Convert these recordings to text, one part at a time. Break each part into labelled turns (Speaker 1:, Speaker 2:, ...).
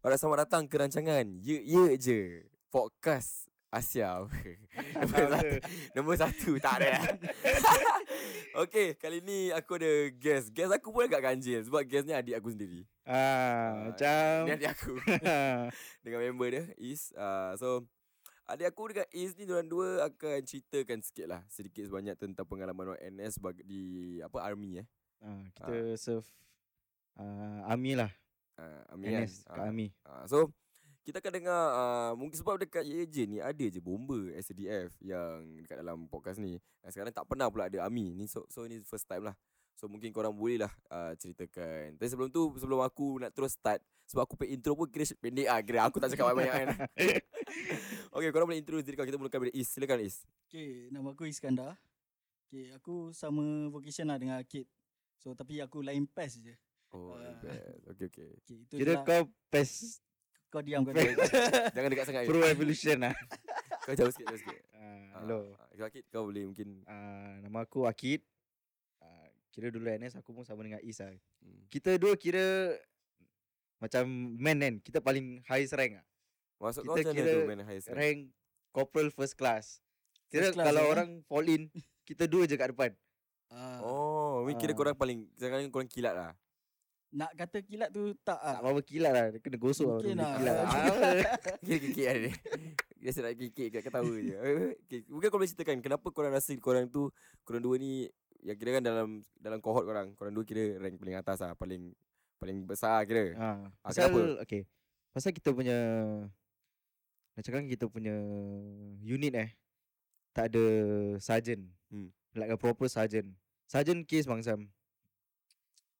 Speaker 1: Alright, selamat datang ke rancangan Ye Ye Je Podcast Asia Nombor satu, nombor satu. Tak ada Okay, kali ni aku ada guest Guest aku pun agak ganjil Sebab guestnya adik aku sendiri
Speaker 2: Ah,
Speaker 1: Ni
Speaker 2: macam
Speaker 1: adik aku Dengan member dia, Is uh, So, adik aku dengan Is ni Diorang dua akan ceritakan sikit lah Sedikit sebanyak tentang pengalaman orang NS bag- Di apa army eh
Speaker 2: ah, kita serve ah, Ami lah
Speaker 1: uh, Army kan?
Speaker 2: NS kat
Speaker 1: Ah.
Speaker 2: Ami
Speaker 1: Uh, so kita akan dengar uh, mungkin sebab dekat Yejen ni ada je bomber SDF yang dekat dalam podcast ni. Dan sekarang tak pernah pula ada Ami. Ni so, so ni first time lah. So mungkin korang boleh lah uh, ceritakan. Tapi sebelum tu sebelum aku nak terus start sebab aku pay intro pun kira sh- pendek ah kira aku tak cakap banyak-banyak kan. okay, korang boleh intro diri kau. Kita mulakan dari Is. Silakan Is.
Speaker 3: Okay, nama aku Iskandar. Okay, aku sama vocation lah dengan Akid. So, tapi aku lain PES je.
Speaker 1: Oh,
Speaker 3: Ah.
Speaker 1: best. okay okay.
Speaker 3: Okay, itu je
Speaker 2: Kira
Speaker 3: lah.
Speaker 2: kau PES
Speaker 3: Kau diam, kau diam.
Speaker 1: Jangan dekat sangat. Is.
Speaker 2: Pro Evolution lah
Speaker 1: Kau jauh sikit, jauh sikit.
Speaker 2: Eh.
Speaker 1: Ah,
Speaker 2: ah, Hello
Speaker 1: ah, Kau Akid, kau boleh mungkin
Speaker 2: ah, Nama aku Akid ah, Kira dulu NS aku pun sama dengan Is lah
Speaker 1: hmm.
Speaker 2: Kita dua kira Macam man kan Kita paling highest rank lah
Speaker 1: Masuk kau macam mana
Speaker 2: Kita kira
Speaker 1: tu main highest rank?
Speaker 2: Rank Corporal first class Kira
Speaker 3: First class
Speaker 2: kalau
Speaker 3: je, eh?
Speaker 2: orang fall in Kita dua je kat depan
Speaker 3: Ah,
Speaker 1: Oh, ni kira
Speaker 2: Ah.
Speaker 1: korang paling sekarang korang kilat lah.
Speaker 3: Nak kata kilat tu
Speaker 2: Tak
Speaker 3: tak ah.
Speaker 2: apa-apa kilat lah Dia kena gosok
Speaker 3: Mungkin
Speaker 2: lah,
Speaker 3: lah.
Speaker 2: Kilat lah. Ah,
Speaker 1: Kira kikik ada dia. Dia sedap kikik kat ketawa je. Eh, Okay. Mungkin korang boleh ceritakan kenapa korang rasa korang tu korang dua ni yang kira kan dalam dalam cohort korang, korang dua kira rank paling atas lah, paling paling besar kira.
Speaker 2: Ha.
Speaker 1: Ah,
Speaker 2: Pasal
Speaker 1: kenapa?
Speaker 2: okay. Pasal kita punya nak cakap kita punya unit eh tak ada sergeant.
Speaker 1: Hmm.
Speaker 2: Hmm. Like a proper sergeant. Sergeant case Bang Sam.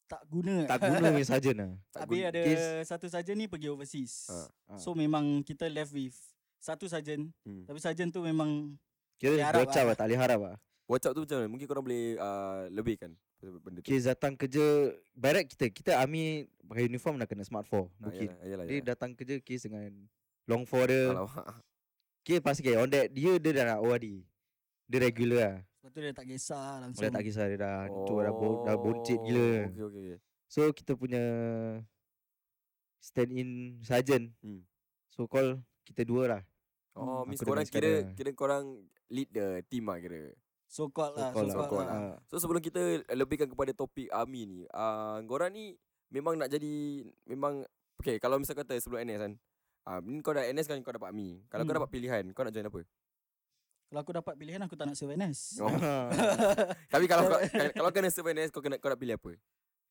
Speaker 3: Tak guna. eh.
Speaker 2: Tak guna punya sergeant lah.
Speaker 1: Tak
Speaker 3: Habis
Speaker 1: guna.
Speaker 3: ada
Speaker 2: Kes-
Speaker 3: satu saja ni pergi overseas.
Speaker 1: Ah,
Speaker 2: ah.
Speaker 3: So, memang kita left with satu sarjan.
Speaker 1: Hmm.
Speaker 3: Tapi sarjan tu memang
Speaker 2: Kira
Speaker 3: Tak harap
Speaker 2: bocah
Speaker 3: lah.
Speaker 2: lah, tak boleh harap lah.
Speaker 1: WhatsApp tu macam mana? Mungkin korang boleh uh, lebihkan benda tu.
Speaker 2: Case datang kerja, barat kita, kita army pakai uniform dah kena smart 4,
Speaker 1: Ah,
Speaker 2: bukit.
Speaker 1: yalah, yalah,
Speaker 2: Dia
Speaker 1: yalah.
Speaker 2: datang kerja case dengan long 4 dia.
Speaker 1: Alamak.
Speaker 2: Kira pasti okay, on that, dia, dia dah nak ORD. Dia regular lah.
Speaker 3: sebab tu dia tak kisah lah, langsung.
Speaker 2: Dia tak kisah dia dah, Ah, tu dah, bo- dah boncit gila.
Speaker 1: Okey okey. okey.
Speaker 2: So kita punya stand in sergeant.
Speaker 1: Hmm.
Speaker 2: Hmm. So call kita dua lah.
Speaker 1: Oh,
Speaker 2: Hmm,
Speaker 1: miss
Speaker 2: aku
Speaker 1: korang
Speaker 2: dengar sekarang.
Speaker 1: kira kira korang lead the team lah kira.
Speaker 3: So called lah.
Speaker 2: call
Speaker 3: So
Speaker 1: so called
Speaker 3: called lah.
Speaker 2: Ah,
Speaker 1: So sebelum kita lebihkan kepada topik army ni, uh, korang ni memang nak jadi memang okay kalau misal kata sebelum NS kan. Ah, ni kau dah NS kan kau dapat army. Kalau kau
Speaker 3: Hmm.
Speaker 1: dapat pilihan, kau nak join apa?
Speaker 3: Kalau aku dapat pilihan, aku tak nak serve NS.
Speaker 1: Oh.
Speaker 2: Ah.
Speaker 1: Tapi kalau kau, kalau- kalau kena serve NS kau kena kau nak pilih apa?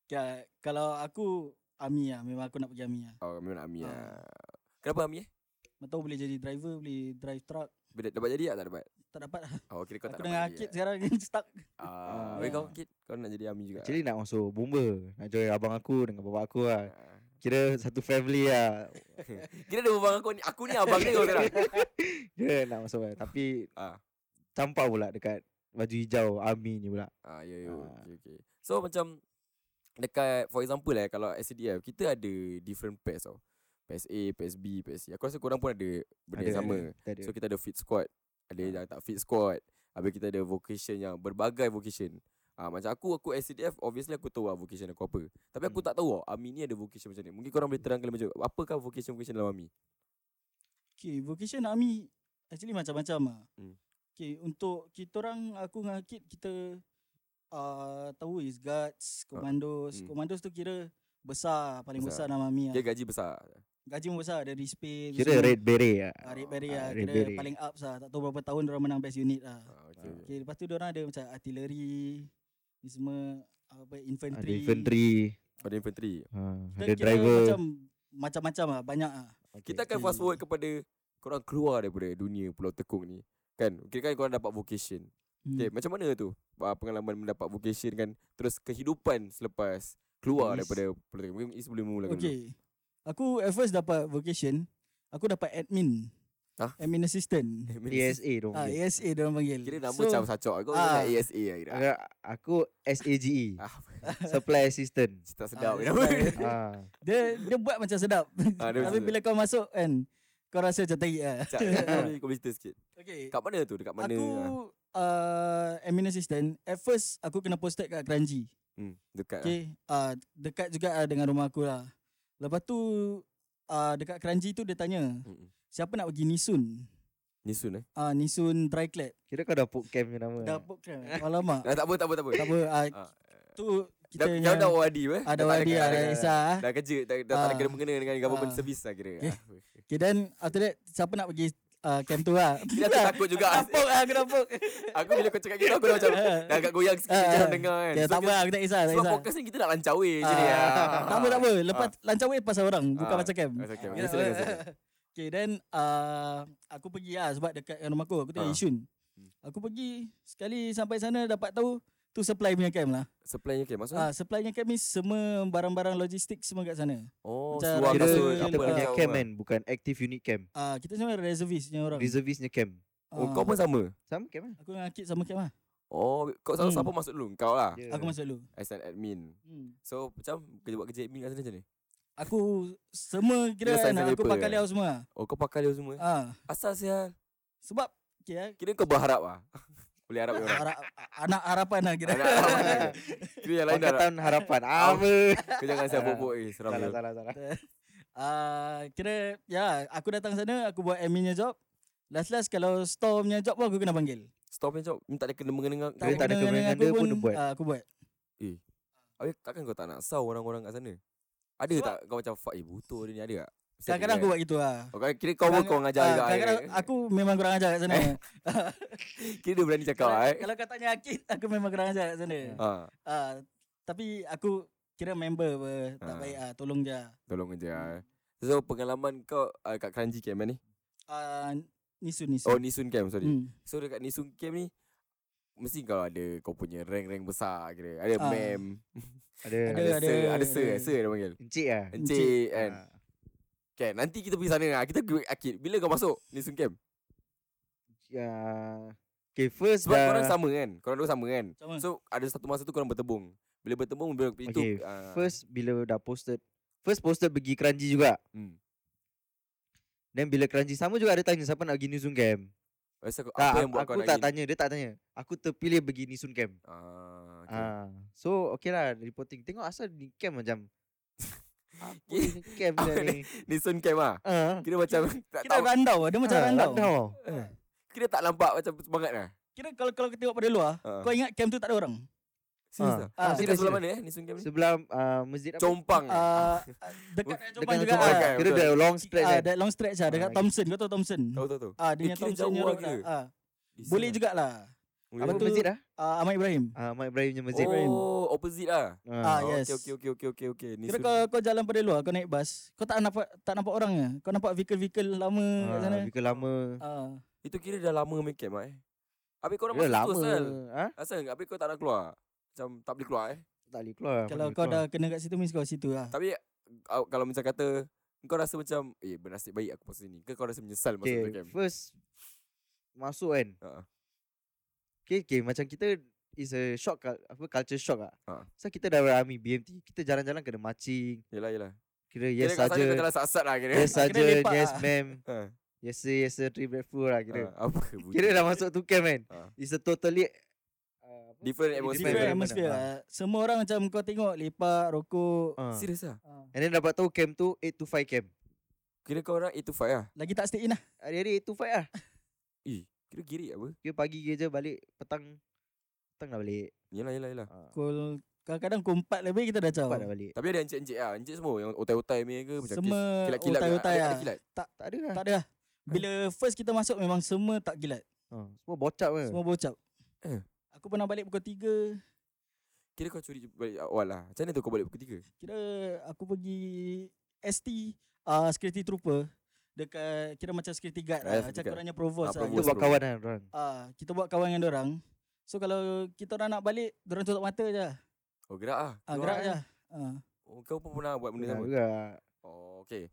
Speaker 3: Okay, kalau aku, Ami lah. Memang aku nak pergi Ami lah.
Speaker 1: Oh, memang nak army
Speaker 3: Ah.
Speaker 1: ah. Kenapa army eh?
Speaker 3: Tahu boleh jadi driver, boleh drive truck.
Speaker 1: Bila dapat jadi ah, tak dapat?
Speaker 3: Tak dapat lah.
Speaker 1: Oh, kira kau
Speaker 3: Aku
Speaker 1: tak
Speaker 3: dengan
Speaker 1: dapat.
Speaker 3: Akid
Speaker 1: jadi, eh?
Speaker 3: sekarang stuck.
Speaker 1: Ah,
Speaker 2: Ah.
Speaker 1: weh, kau Akid, kau nak jadi army juga.
Speaker 2: Actually nak masuk bomba. Nak join abang aku dengan bapak aku lah.
Speaker 1: Ah.
Speaker 2: Kira satu family lah.
Speaker 1: Kira dia abang aku ni, aku ni abang dia kau sekarang.
Speaker 2: Kira nak masuk lah. Tapi
Speaker 1: Ah.
Speaker 2: campur pula dekat baju hijau army ni pula.
Speaker 1: Ah, ya, ya.
Speaker 2: Ah.
Speaker 1: Okay, okay. So, macam dekat, for example lah, kalau SDF, kita ada different pairs tau. Pairs A, pairs B, pairs C. Aku rasa korang pun ada benda yang sama.
Speaker 2: Ada, Ah. kita ada.
Speaker 1: So, kita ada fit squad. Ada yang tak fit squad. Habis kita ada vocation yang berbagai vocation. Ah, macam aku, aku SDF, obviously aku tahu lah vocation aku apa. Tapi
Speaker 2: Hmm.
Speaker 1: aku tak tahu lah, Army ni ada vocation macam ni. Mungkin korang boleh terangkan macam, apakah vocation-vocation dalam Army?
Speaker 3: Okay, vocation army actually macam-macam lah.
Speaker 1: Hmm.
Speaker 3: Okay, untuk kita orang, aku dengan Akid, kita uh, tahu is guards, commandos.
Speaker 1: hmm.
Speaker 3: Commandos tu kira besar, paling
Speaker 1: Besar.
Speaker 3: besar, dalam army lah.
Speaker 1: Dia
Speaker 2: Ya.
Speaker 1: gaji besar.
Speaker 3: Gaji pun besar, ada respace.
Speaker 2: Kira red beret lah.
Speaker 3: Uh, red berry
Speaker 2: Ah,
Speaker 3: lah,
Speaker 2: Red
Speaker 3: kira
Speaker 2: Beret.
Speaker 3: paling up lah. Tak tahu berapa tahun orang menang best unit lah.
Speaker 1: Ah, okay, okay.
Speaker 3: Okay, lepas tu orang ada macam artillery, ni semua apa
Speaker 2: Ada
Speaker 3: infantry.
Speaker 2: infantry.
Speaker 1: Ada infantry.
Speaker 2: Ha,
Speaker 3: Kita
Speaker 2: ada
Speaker 3: kira
Speaker 2: driver.
Speaker 3: Macam, macam-macam lah, banyak lah.
Speaker 1: Kita akan fast forward kepada korang keluar daripada dunia Pulau Tekung ni. Kan? Kira kan korang dapat vocation.
Speaker 3: Hmm.
Speaker 1: Okay, macam mana tu uh, pengalaman mendapat vocation kan? Terus kehidupan selepas keluar
Speaker 2: Is-
Speaker 1: daripada Pulau Tekung. Mungkin Is boleh memulakan
Speaker 3: Okay. Aku at first dapat vocation, aku dapat admin.
Speaker 1: Hah?
Speaker 3: Admin assistant.
Speaker 2: ASA tu
Speaker 3: Ah,
Speaker 2: panggil.
Speaker 3: ASA dia orang panggil.
Speaker 1: Kira nama macam sacok Kau
Speaker 3: Ah.
Speaker 1: nak ASA lah kira
Speaker 2: Agak- Aku SAGE
Speaker 1: Ah,
Speaker 2: E. Supply Assistant
Speaker 1: Tak sedap
Speaker 3: Ah,
Speaker 1: ni nama
Speaker 3: sedap.
Speaker 2: ah.
Speaker 3: dia dia buat macam sedap.
Speaker 1: Ah, dia
Speaker 3: Tapi
Speaker 1: macam-
Speaker 3: bila kau masuk kan, kau rasa macam tahi ah.
Speaker 1: Cak, kau boleh kau bercerita sikit
Speaker 3: Okay.
Speaker 1: Kat mana tu? Dekat mana? ah.
Speaker 3: Aku uh, admin assistant. At first aku kena posted kat Kranji.
Speaker 1: Hmm, dekat okay.
Speaker 3: Okay. Uh, dekat juga uh, dengan rumah aku lah. Lepas tu uh, dekat Kranji tu dia tanya,
Speaker 1: lah. Mm-mm.
Speaker 3: siapa nak pergi Nisun?
Speaker 1: Ni soon eh
Speaker 3: Ah uh, Nisun Dryclad.
Speaker 2: Kira kau dah put camp punya nama eh.
Speaker 3: Dah book kan. Alamak.
Speaker 1: ah, Tak apa, tak apa, tak apa
Speaker 3: tak apa. Uh,
Speaker 1: Ah.
Speaker 3: tu kita
Speaker 1: Dah,
Speaker 3: Ah, punya-
Speaker 1: kau dah ORD eh?
Speaker 3: ada
Speaker 1: tak
Speaker 3: wadi
Speaker 1: dah tak
Speaker 3: ada
Speaker 1: ada-
Speaker 3: Isa. ah.
Speaker 1: Dah kerja, dah, dah tak ada
Speaker 3: Ah.
Speaker 1: kena mengena dengan government
Speaker 3: Ah.
Speaker 1: service lah kira
Speaker 3: Okay.
Speaker 1: Ah.
Speaker 3: Okay then after that siapa nak pergi uh, camp tu lah.
Speaker 1: Kira aku takut juga
Speaker 3: Kenapa lah kenapa?
Speaker 1: Aku bila kau cakap gitu aku dah macam Dah agak goyang sikit
Speaker 3: Ah,
Speaker 1: je
Speaker 3: ah.
Speaker 1: orang dengar kan So,
Speaker 3: Okay, tak
Speaker 1: kita-
Speaker 3: apa aku tak kisah. Tak
Speaker 1: Sebab
Speaker 3: kisah.
Speaker 1: podcast ni kita nak lancar weh ya. je
Speaker 3: Ah,
Speaker 1: ni
Speaker 3: Tak apa tak apa. Lepas lancar wave pasal orang bukan
Speaker 1: Ah,
Speaker 3: macam camp.
Speaker 1: pasal camp.
Speaker 3: Okay,
Speaker 1: Ya, silakan,
Speaker 3: tak apa. Okay then uh, aku pergi lah sebab dekat rumah aku aku
Speaker 1: Ah.
Speaker 3: tengok Yishun. Aku pergi sekali sampai sana dapat tahu tu supply punya camp lah.
Speaker 1: Supply ni okay maksudnya
Speaker 3: Ah, supply punya camp ni semua barang-barang logistik semua kat sana.
Speaker 1: Oh
Speaker 3: macam
Speaker 1: surah
Speaker 2: Kira
Speaker 3: Kira
Speaker 1: kasut
Speaker 2: kita
Speaker 1: apa
Speaker 3: lah
Speaker 2: punya
Speaker 1: macam-
Speaker 2: camp kan Bukan active unit camp
Speaker 3: Ah, kita semua reservis punya
Speaker 1: Hmm.
Speaker 3: orang.
Speaker 2: Reservist punya camp
Speaker 1: Oh
Speaker 3: Ah,
Speaker 1: kau pun sama
Speaker 2: Sama camp lah
Speaker 3: Aku dengan Akid sama camp lah.
Speaker 1: Oh kau sama
Speaker 3: Hmm.
Speaker 1: siapa masuk dulu Kau lah
Speaker 2: Ya.
Speaker 3: Aku masuk dulu.
Speaker 1: As an admin
Speaker 3: Hmm.
Speaker 1: So macam kerja buat kerja admin kat sana macam ni
Speaker 3: Aku semua kira
Speaker 1: Kira
Speaker 3: kan,
Speaker 1: science and
Speaker 3: aku
Speaker 1: paper
Speaker 3: pakai
Speaker 1: eh?
Speaker 3: liau semua.
Speaker 1: Oh kau pakai dia semua eh?
Speaker 3: Ah,
Speaker 1: Asal sial
Speaker 3: sebab kira
Speaker 1: Kira kau berharap lah Boleh harap je orang
Speaker 3: hara- eh. anak harapan lah kira.
Speaker 1: Anak harapan lah. Kira yang lain dah harap.
Speaker 2: Angkatan harapan Apa
Speaker 1: Kau jangan siap pokok Eh seram
Speaker 2: Salah
Speaker 1: je
Speaker 2: salah salah
Speaker 3: Ah, kira ya, aku datang sana aku buat admin punya job. Last-last kalau store punya job pun aku kena panggil.
Speaker 1: Stop ni job Ni tak ada kena mengenang
Speaker 2: Dia tak ada
Speaker 3: kena
Speaker 2: kewenangan
Speaker 3: aku
Speaker 2: dia pun dia buat.
Speaker 3: ah, aku buat.
Speaker 1: Habis takkan kau tak nak saw orang-orang kat sana Ada
Speaker 3: Sebab-
Speaker 1: tak kau macam Fuck eh butuh dia ni ada tak Mesti ada
Speaker 3: Kadang-kadang
Speaker 1: kan?
Speaker 3: aku buat gitu lah.
Speaker 1: Oh, kau- kira kau pun kau ngajar
Speaker 3: ah,
Speaker 1: juga eh.
Speaker 3: Kadang-kadang aku memang kurang ajar kat sana.
Speaker 1: Kira dia berani cakap
Speaker 3: kalau,
Speaker 1: eh.
Speaker 3: kalau kau tanya Akid, aku memang kurang ajar kat sana.
Speaker 1: Ha,
Speaker 3: Ah, tapi aku kira member apa, tak
Speaker 1: Ah.
Speaker 3: baik ah, tolong je.
Speaker 1: tolong aja. So pengalaman kau uh, kat Kranji camp eh, ni?
Speaker 3: Ah, nisun nisun.
Speaker 1: Oh Nisun camp sorry.
Speaker 3: Hmm.
Speaker 1: So dekat Nisun camp ni mesti kau ada kau punya rank-rank besar kira. Ada
Speaker 3: Ah.
Speaker 1: mem,
Speaker 2: Ada
Speaker 1: ada
Speaker 3: Ada,
Speaker 1: sir,
Speaker 3: ada,
Speaker 1: ada sir,
Speaker 3: ada.
Speaker 1: sir dia panggil.
Speaker 2: Encik lah
Speaker 1: Encik kan.
Speaker 2: Ah.
Speaker 1: Kan nanti kita pergi sana lah. Kita group akid. Bila kau masuk Nisun camp?
Speaker 2: Ya Okay first
Speaker 1: Sebab korang
Speaker 2: dah
Speaker 1: sama kan? Korang dua sama kan?
Speaker 3: Sama.
Speaker 2: Hmm.
Speaker 1: So ada satu masa tu korang bertembung. Bila bertembung bila pintu
Speaker 2: Okay
Speaker 1: ah,
Speaker 2: First bila dah posted First posted pergi Kranji juga
Speaker 1: hmm.
Speaker 2: Then bila Kranji sama juga ada tanya Siapa nak pergi Nisun Camp
Speaker 1: Rasa kau- apa
Speaker 2: Tak,
Speaker 1: yang buat
Speaker 2: aku
Speaker 1: kau nak
Speaker 2: tak
Speaker 1: pergi?
Speaker 2: tanya Dia tak tanya Aku terpilih pergi Nisun Camp
Speaker 1: Ah, okay.
Speaker 2: Ah, so okay lah reporting. Tengok asal ni camp macam apa
Speaker 1: Kira-
Speaker 2: ni camp
Speaker 1: apa
Speaker 2: dah
Speaker 1: ni?
Speaker 2: ni.
Speaker 1: Nisun camp ah.
Speaker 2: Ah.
Speaker 1: Kira macam tak
Speaker 3: Kira
Speaker 1: tahu
Speaker 3: randau, dia macam
Speaker 2: Ah,
Speaker 3: Ha, randau.
Speaker 2: randau.
Speaker 1: Kira tak nampak macam semangat lah
Speaker 3: Kira kalau kalau kau tengok pada luar,
Speaker 1: uh.
Speaker 3: kau ingat camp tu tak ada orang.
Speaker 1: Serius
Speaker 2: Ah.
Speaker 1: lah
Speaker 3: Ah,
Speaker 1: Dekat
Speaker 2: serius,
Speaker 1: sebelah
Speaker 2: serius.
Speaker 1: mana eh Nisun Camp ni?
Speaker 2: Sebelah ah, masjid apa?
Speaker 1: Compang eh
Speaker 3: Ah, dekat dengan Jombang
Speaker 2: Dekat
Speaker 3: juga.
Speaker 2: Chong Pang.
Speaker 1: ah.
Speaker 2: Kira
Speaker 1: Betul.
Speaker 2: dah long
Speaker 3: Ah,
Speaker 2: stretch kan.
Speaker 3: that long stretch lah dekat
Speaker 2: Ah,
Speaker 3: Thompson. Kau tahu Thompson?
Speaker 1: Tahu tahu tahu
Speaker 3: Ah,
Speaker 1: Eh,
Speaker 3: dengan
Speaker 1: kira
Speaker 3: Thompson
Speaker 1: jauh
Speaker 3: punya
Speaker 1: lah
Speaker 3: road lah.
Speaker 1: kira.
Speaker 3: Ah, boleh jugalah.
Speaker 2: Apa
Speaker 3: Lepas tu-
Speaker 2: masjid dah?
Speaker 3: Ah, Ahmad Ibrahim.
Speaker 2: Ah, Mak Ibrahim punya masjid.
Speaker 1: Oh opposite lah
Speaker 3: Ah,
Speaker 2: Ah.
Speaker 1: Oh,
Speaker 3: yes.
Speaker 1: Okay okay okay okay okay
Speaker 3: Kira
Speaker 1: Nisun
Speaker 3: kau, kau jalan pada luar, kau naik bas. Kau tak nampak tak nampak orang ke? Kau nampak vehicle-vehicle lama kat sana.
Speaker 2: Ah, Bika lama.
Speaker 3: Ah,
Speaker 1: Itu kira dah lama main camp ah, eh Habis korang
Speaker 2: Kira
Speaker 1: masuk
Speaker 2: lama.
Speaker 1: lama. asal
Speaker 2: Ah,
Speaker 1: Asal habis kau tak nak keluar Macam tak boleh keluar eh
Speaker 2: tak boleh keluar.
Speaker 3: kalau
Speaker 2: mana
Speaker 3: kau
Speaker 2: boleh
Speaker 3: dah kena kat situ, mesti kau situ lah.
Speaker 1: Tapi ah, kalau macam kata Kau rasa macam Eh bernasib baik aku masuk sini Ke kau rasa menyesal masuk
Speaker 2: keluar.
Speaker 1: okay.
Speaker 2: okay,
Speaker 1: camp
Speaker 2: first masuk kan.
Speaker 1: Ah.
Speaker 2: Okay, okay, macam kita is a shock cul- apa culture shock ah.
Speaker 1: Ah.
Speaker 2: So kita dah army BMT, kita jalan-jalan kena marching,
Speaker 1: Yelah yelah
Speaker 2: kira
Speaker 1: Kira
Speaker 2: yes
Speaker 1: kat sana
Speaker 2: saja.
Speaker 1: kau jalan sat-sat lah kira
Speaker 2: Yes
Speaker 3: Ah,
Speaker 2: saja,
Speaker 3: kira lepak
Speaker 2: yes
Speaker 3: ah.
Speaker 2: ma'am.
Speaker 1: Ah,
Speaker 2: Yes sir, yes sir, three breakfast lah kira.
Speaker 1: ah, Apa
Speaker 2: Kira dah masuk tu camp kan.
Speaker 1: Ah.
Speaker 2: It's a totally uh, apa?
Speaker 1: Different
Speaker 3: Different
Speaker 1: atmosphere
Speaker 2: environment.
Speaker 3: atmosphere.
Speaker 2: Ah.
Speaker 3: Ah, Semua orang macam kau tengok lepak, rokok.
Speaker 2: Ah.
Speaker 1: Serius lah
Speaker 3: Ah.
Speaker 2: And then dapat tahu camp tu 8 to 5 camp.
Speaker 1: Kira kau orang 8 to 5 lah
Speaker 3: Lagi tak stay in lah.
Speaker 2: Hari-hari 8 to 5 lah.
Speaker 1: Eh kira girik apa
Speaker 2: Kira pagi kerja balik petang petang dah balik.
Speaker 1: Yelah yelah yelah
Speaker 2: Ah,
Speaker 3: Kul- Kadang-kadang kau empat lebih kita dah caw.
Speaker 2: Cepat dah balik.
Speaker 1: Tapi ada encik-encik lah Encik semua Yang otai-otai punya ke Macam
Speaker 3: Semua
Speaker 1: kes- kilat-kilat ke?
Speaker 3: otai-otai
Speaker 1: Ada- ada
Speaker 3: lah.
Speaker 1: kilat
Speaker 2: Tak ada
Speaker 1: Eh.
Speaker 2: lah.
Speaker 3: Tak ada lah. Bila first kita masuk memang semua tak gilat.
Speaker 2: Ah, semua bocap ke.
Speaker 3: Semua bocap.
Speaker 1: Eh.
Speaker 3: Aku pernah balik pukul 3.
Speaker 1: Kira kau curi balik awal lah Macam mana tu kau balik pukul 3
Speaker 3: Kira aku pergi ST uh, security trooper dekat kira macam security guard
Speaker 1: Ah,
Speaker 3: lah.
Speaker 1: security
Speaker 3: Macam
Speaker 1: guard.
Speaker 3: korangnya provost
Speaker 1: Ah,
Speaker 3: lah.
Speaker 2: Kita
Speaker 1: provost.
Speaker 3: Kita,
Speaker 2: buat
Speaker 1: bro.
Speaker 2: kawan lah orang.
Speaker 3: uh, kita buat kawan dengan orang. So kalau kita orang nak balik, orang tutup mata je.
Speaker 1: Oh gerak lah
Speaker 3: Ah
Speaker 1: Keluar
Speaker 3: gerak
Speaker 1: eh.
Speaker 3: je. Ah.
Speaker 1: Oh kau pun pernah buat benda
Speaker 2: Pernah
Speaker 1: sama
Speaker 2: juga.
Speaker 1: Oh Oh, okay.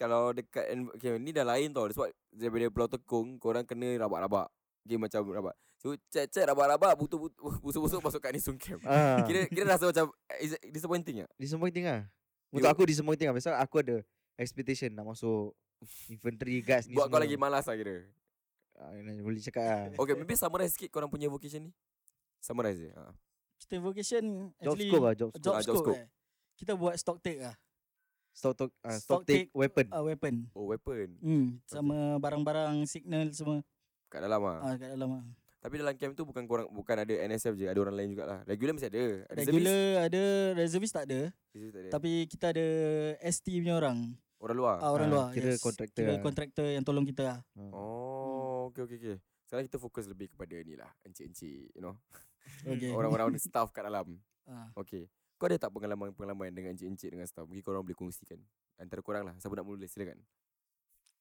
Speaker 1: Kalau dekat en- okay, ni dah lain tau. Sebab daripada Pulau Tekong, korang kena rabak-rabak. Okay, macam rabak. So, cek-cek rabak-rabak, butuh-butuh- busuk-busuk masuk kat ni Sung Camp.
Speaker 2: Ah,
Speaker 1: Kira, kira rasa macam eh, is it disappointing tak?
Speaker 2: disappointing ah. Untuk
Speaker 1: You-
Speaker 2: aku disappointing ah. Pasal aku ada expectation nak masuk infantry guards ni
Speaker 1: Buat kau
Speaker 2: semua.
Speaker 1: lagi malas lah kira.
Speaker 2: Ah, nak- boleh cakap ah.
Speaker 1: Okay, maybe summarize sikit korang punya vocation ni. Summarize je. Ha.
Speaker 3: Kita vocation
Speaker 2: Job
Speaker 3: actually
Speaker 2: scope ah, job
Speaker 1: job
Speaker 2: scope.
Speaker 3: job
Speaker 1: Ah, job
Speaker 3: scope,
Speaker 1: scope.
Speaker 3: eh. Kita buat stock take lah
Speaker 2: Stock take, ah,
Speaker 3: stock
Speaker 2: stock take
Speaker 3: take,
Speaker 2: weapon.
Speaker 3: uh, weapon.
Speaker 1: Oh, weapon.
Speaker 3: Hmm, sama barang-barang signal semua
Speaker 1: Kat dalam ah.
Speaker 3: ah kat dalam ah.
Speaker 1: Tapi dalam camp tu bukan korang bukan ada NSF je, ada orang lain jugalah. Regular mesti ada. Ada
Speaker 3: Regular ada reservist tak
Speaker 1: Service,
Speaker 3: ada,
Speaker 1: reservist tak ada.
Speaker 3: tapi kita ada ST punya orang.
Speaker 1: orang luar.
Speaker 3: Ah, orang
Speaker 2: Ah,
Speaker 3: luar.
Speaker 2: kira
Speaker 3: yes.
Speaker 2: contractor
Speaker 3: Kira
Speaker 2: ah.
Speaker 3: kontraktor yang tolong kita lah.
Speaker 2: Ah.
Speaker 1: Oh, okey okey okey. Sekarang kita fokus lebih kepada ni lah Encik-encik You know
Speaker 2: Hmm,
Speaker 3: Okay.
Speaker 1: Orang-orang staff kat dalam
Speaker 3: Ah.
Speaker 1: Okay Kau ada tak pengalaman-pengalaman Dengan encik-encik Dengan staff Mungkin korang boleh kongsikan Antara korang lah Siapa nak mula silakan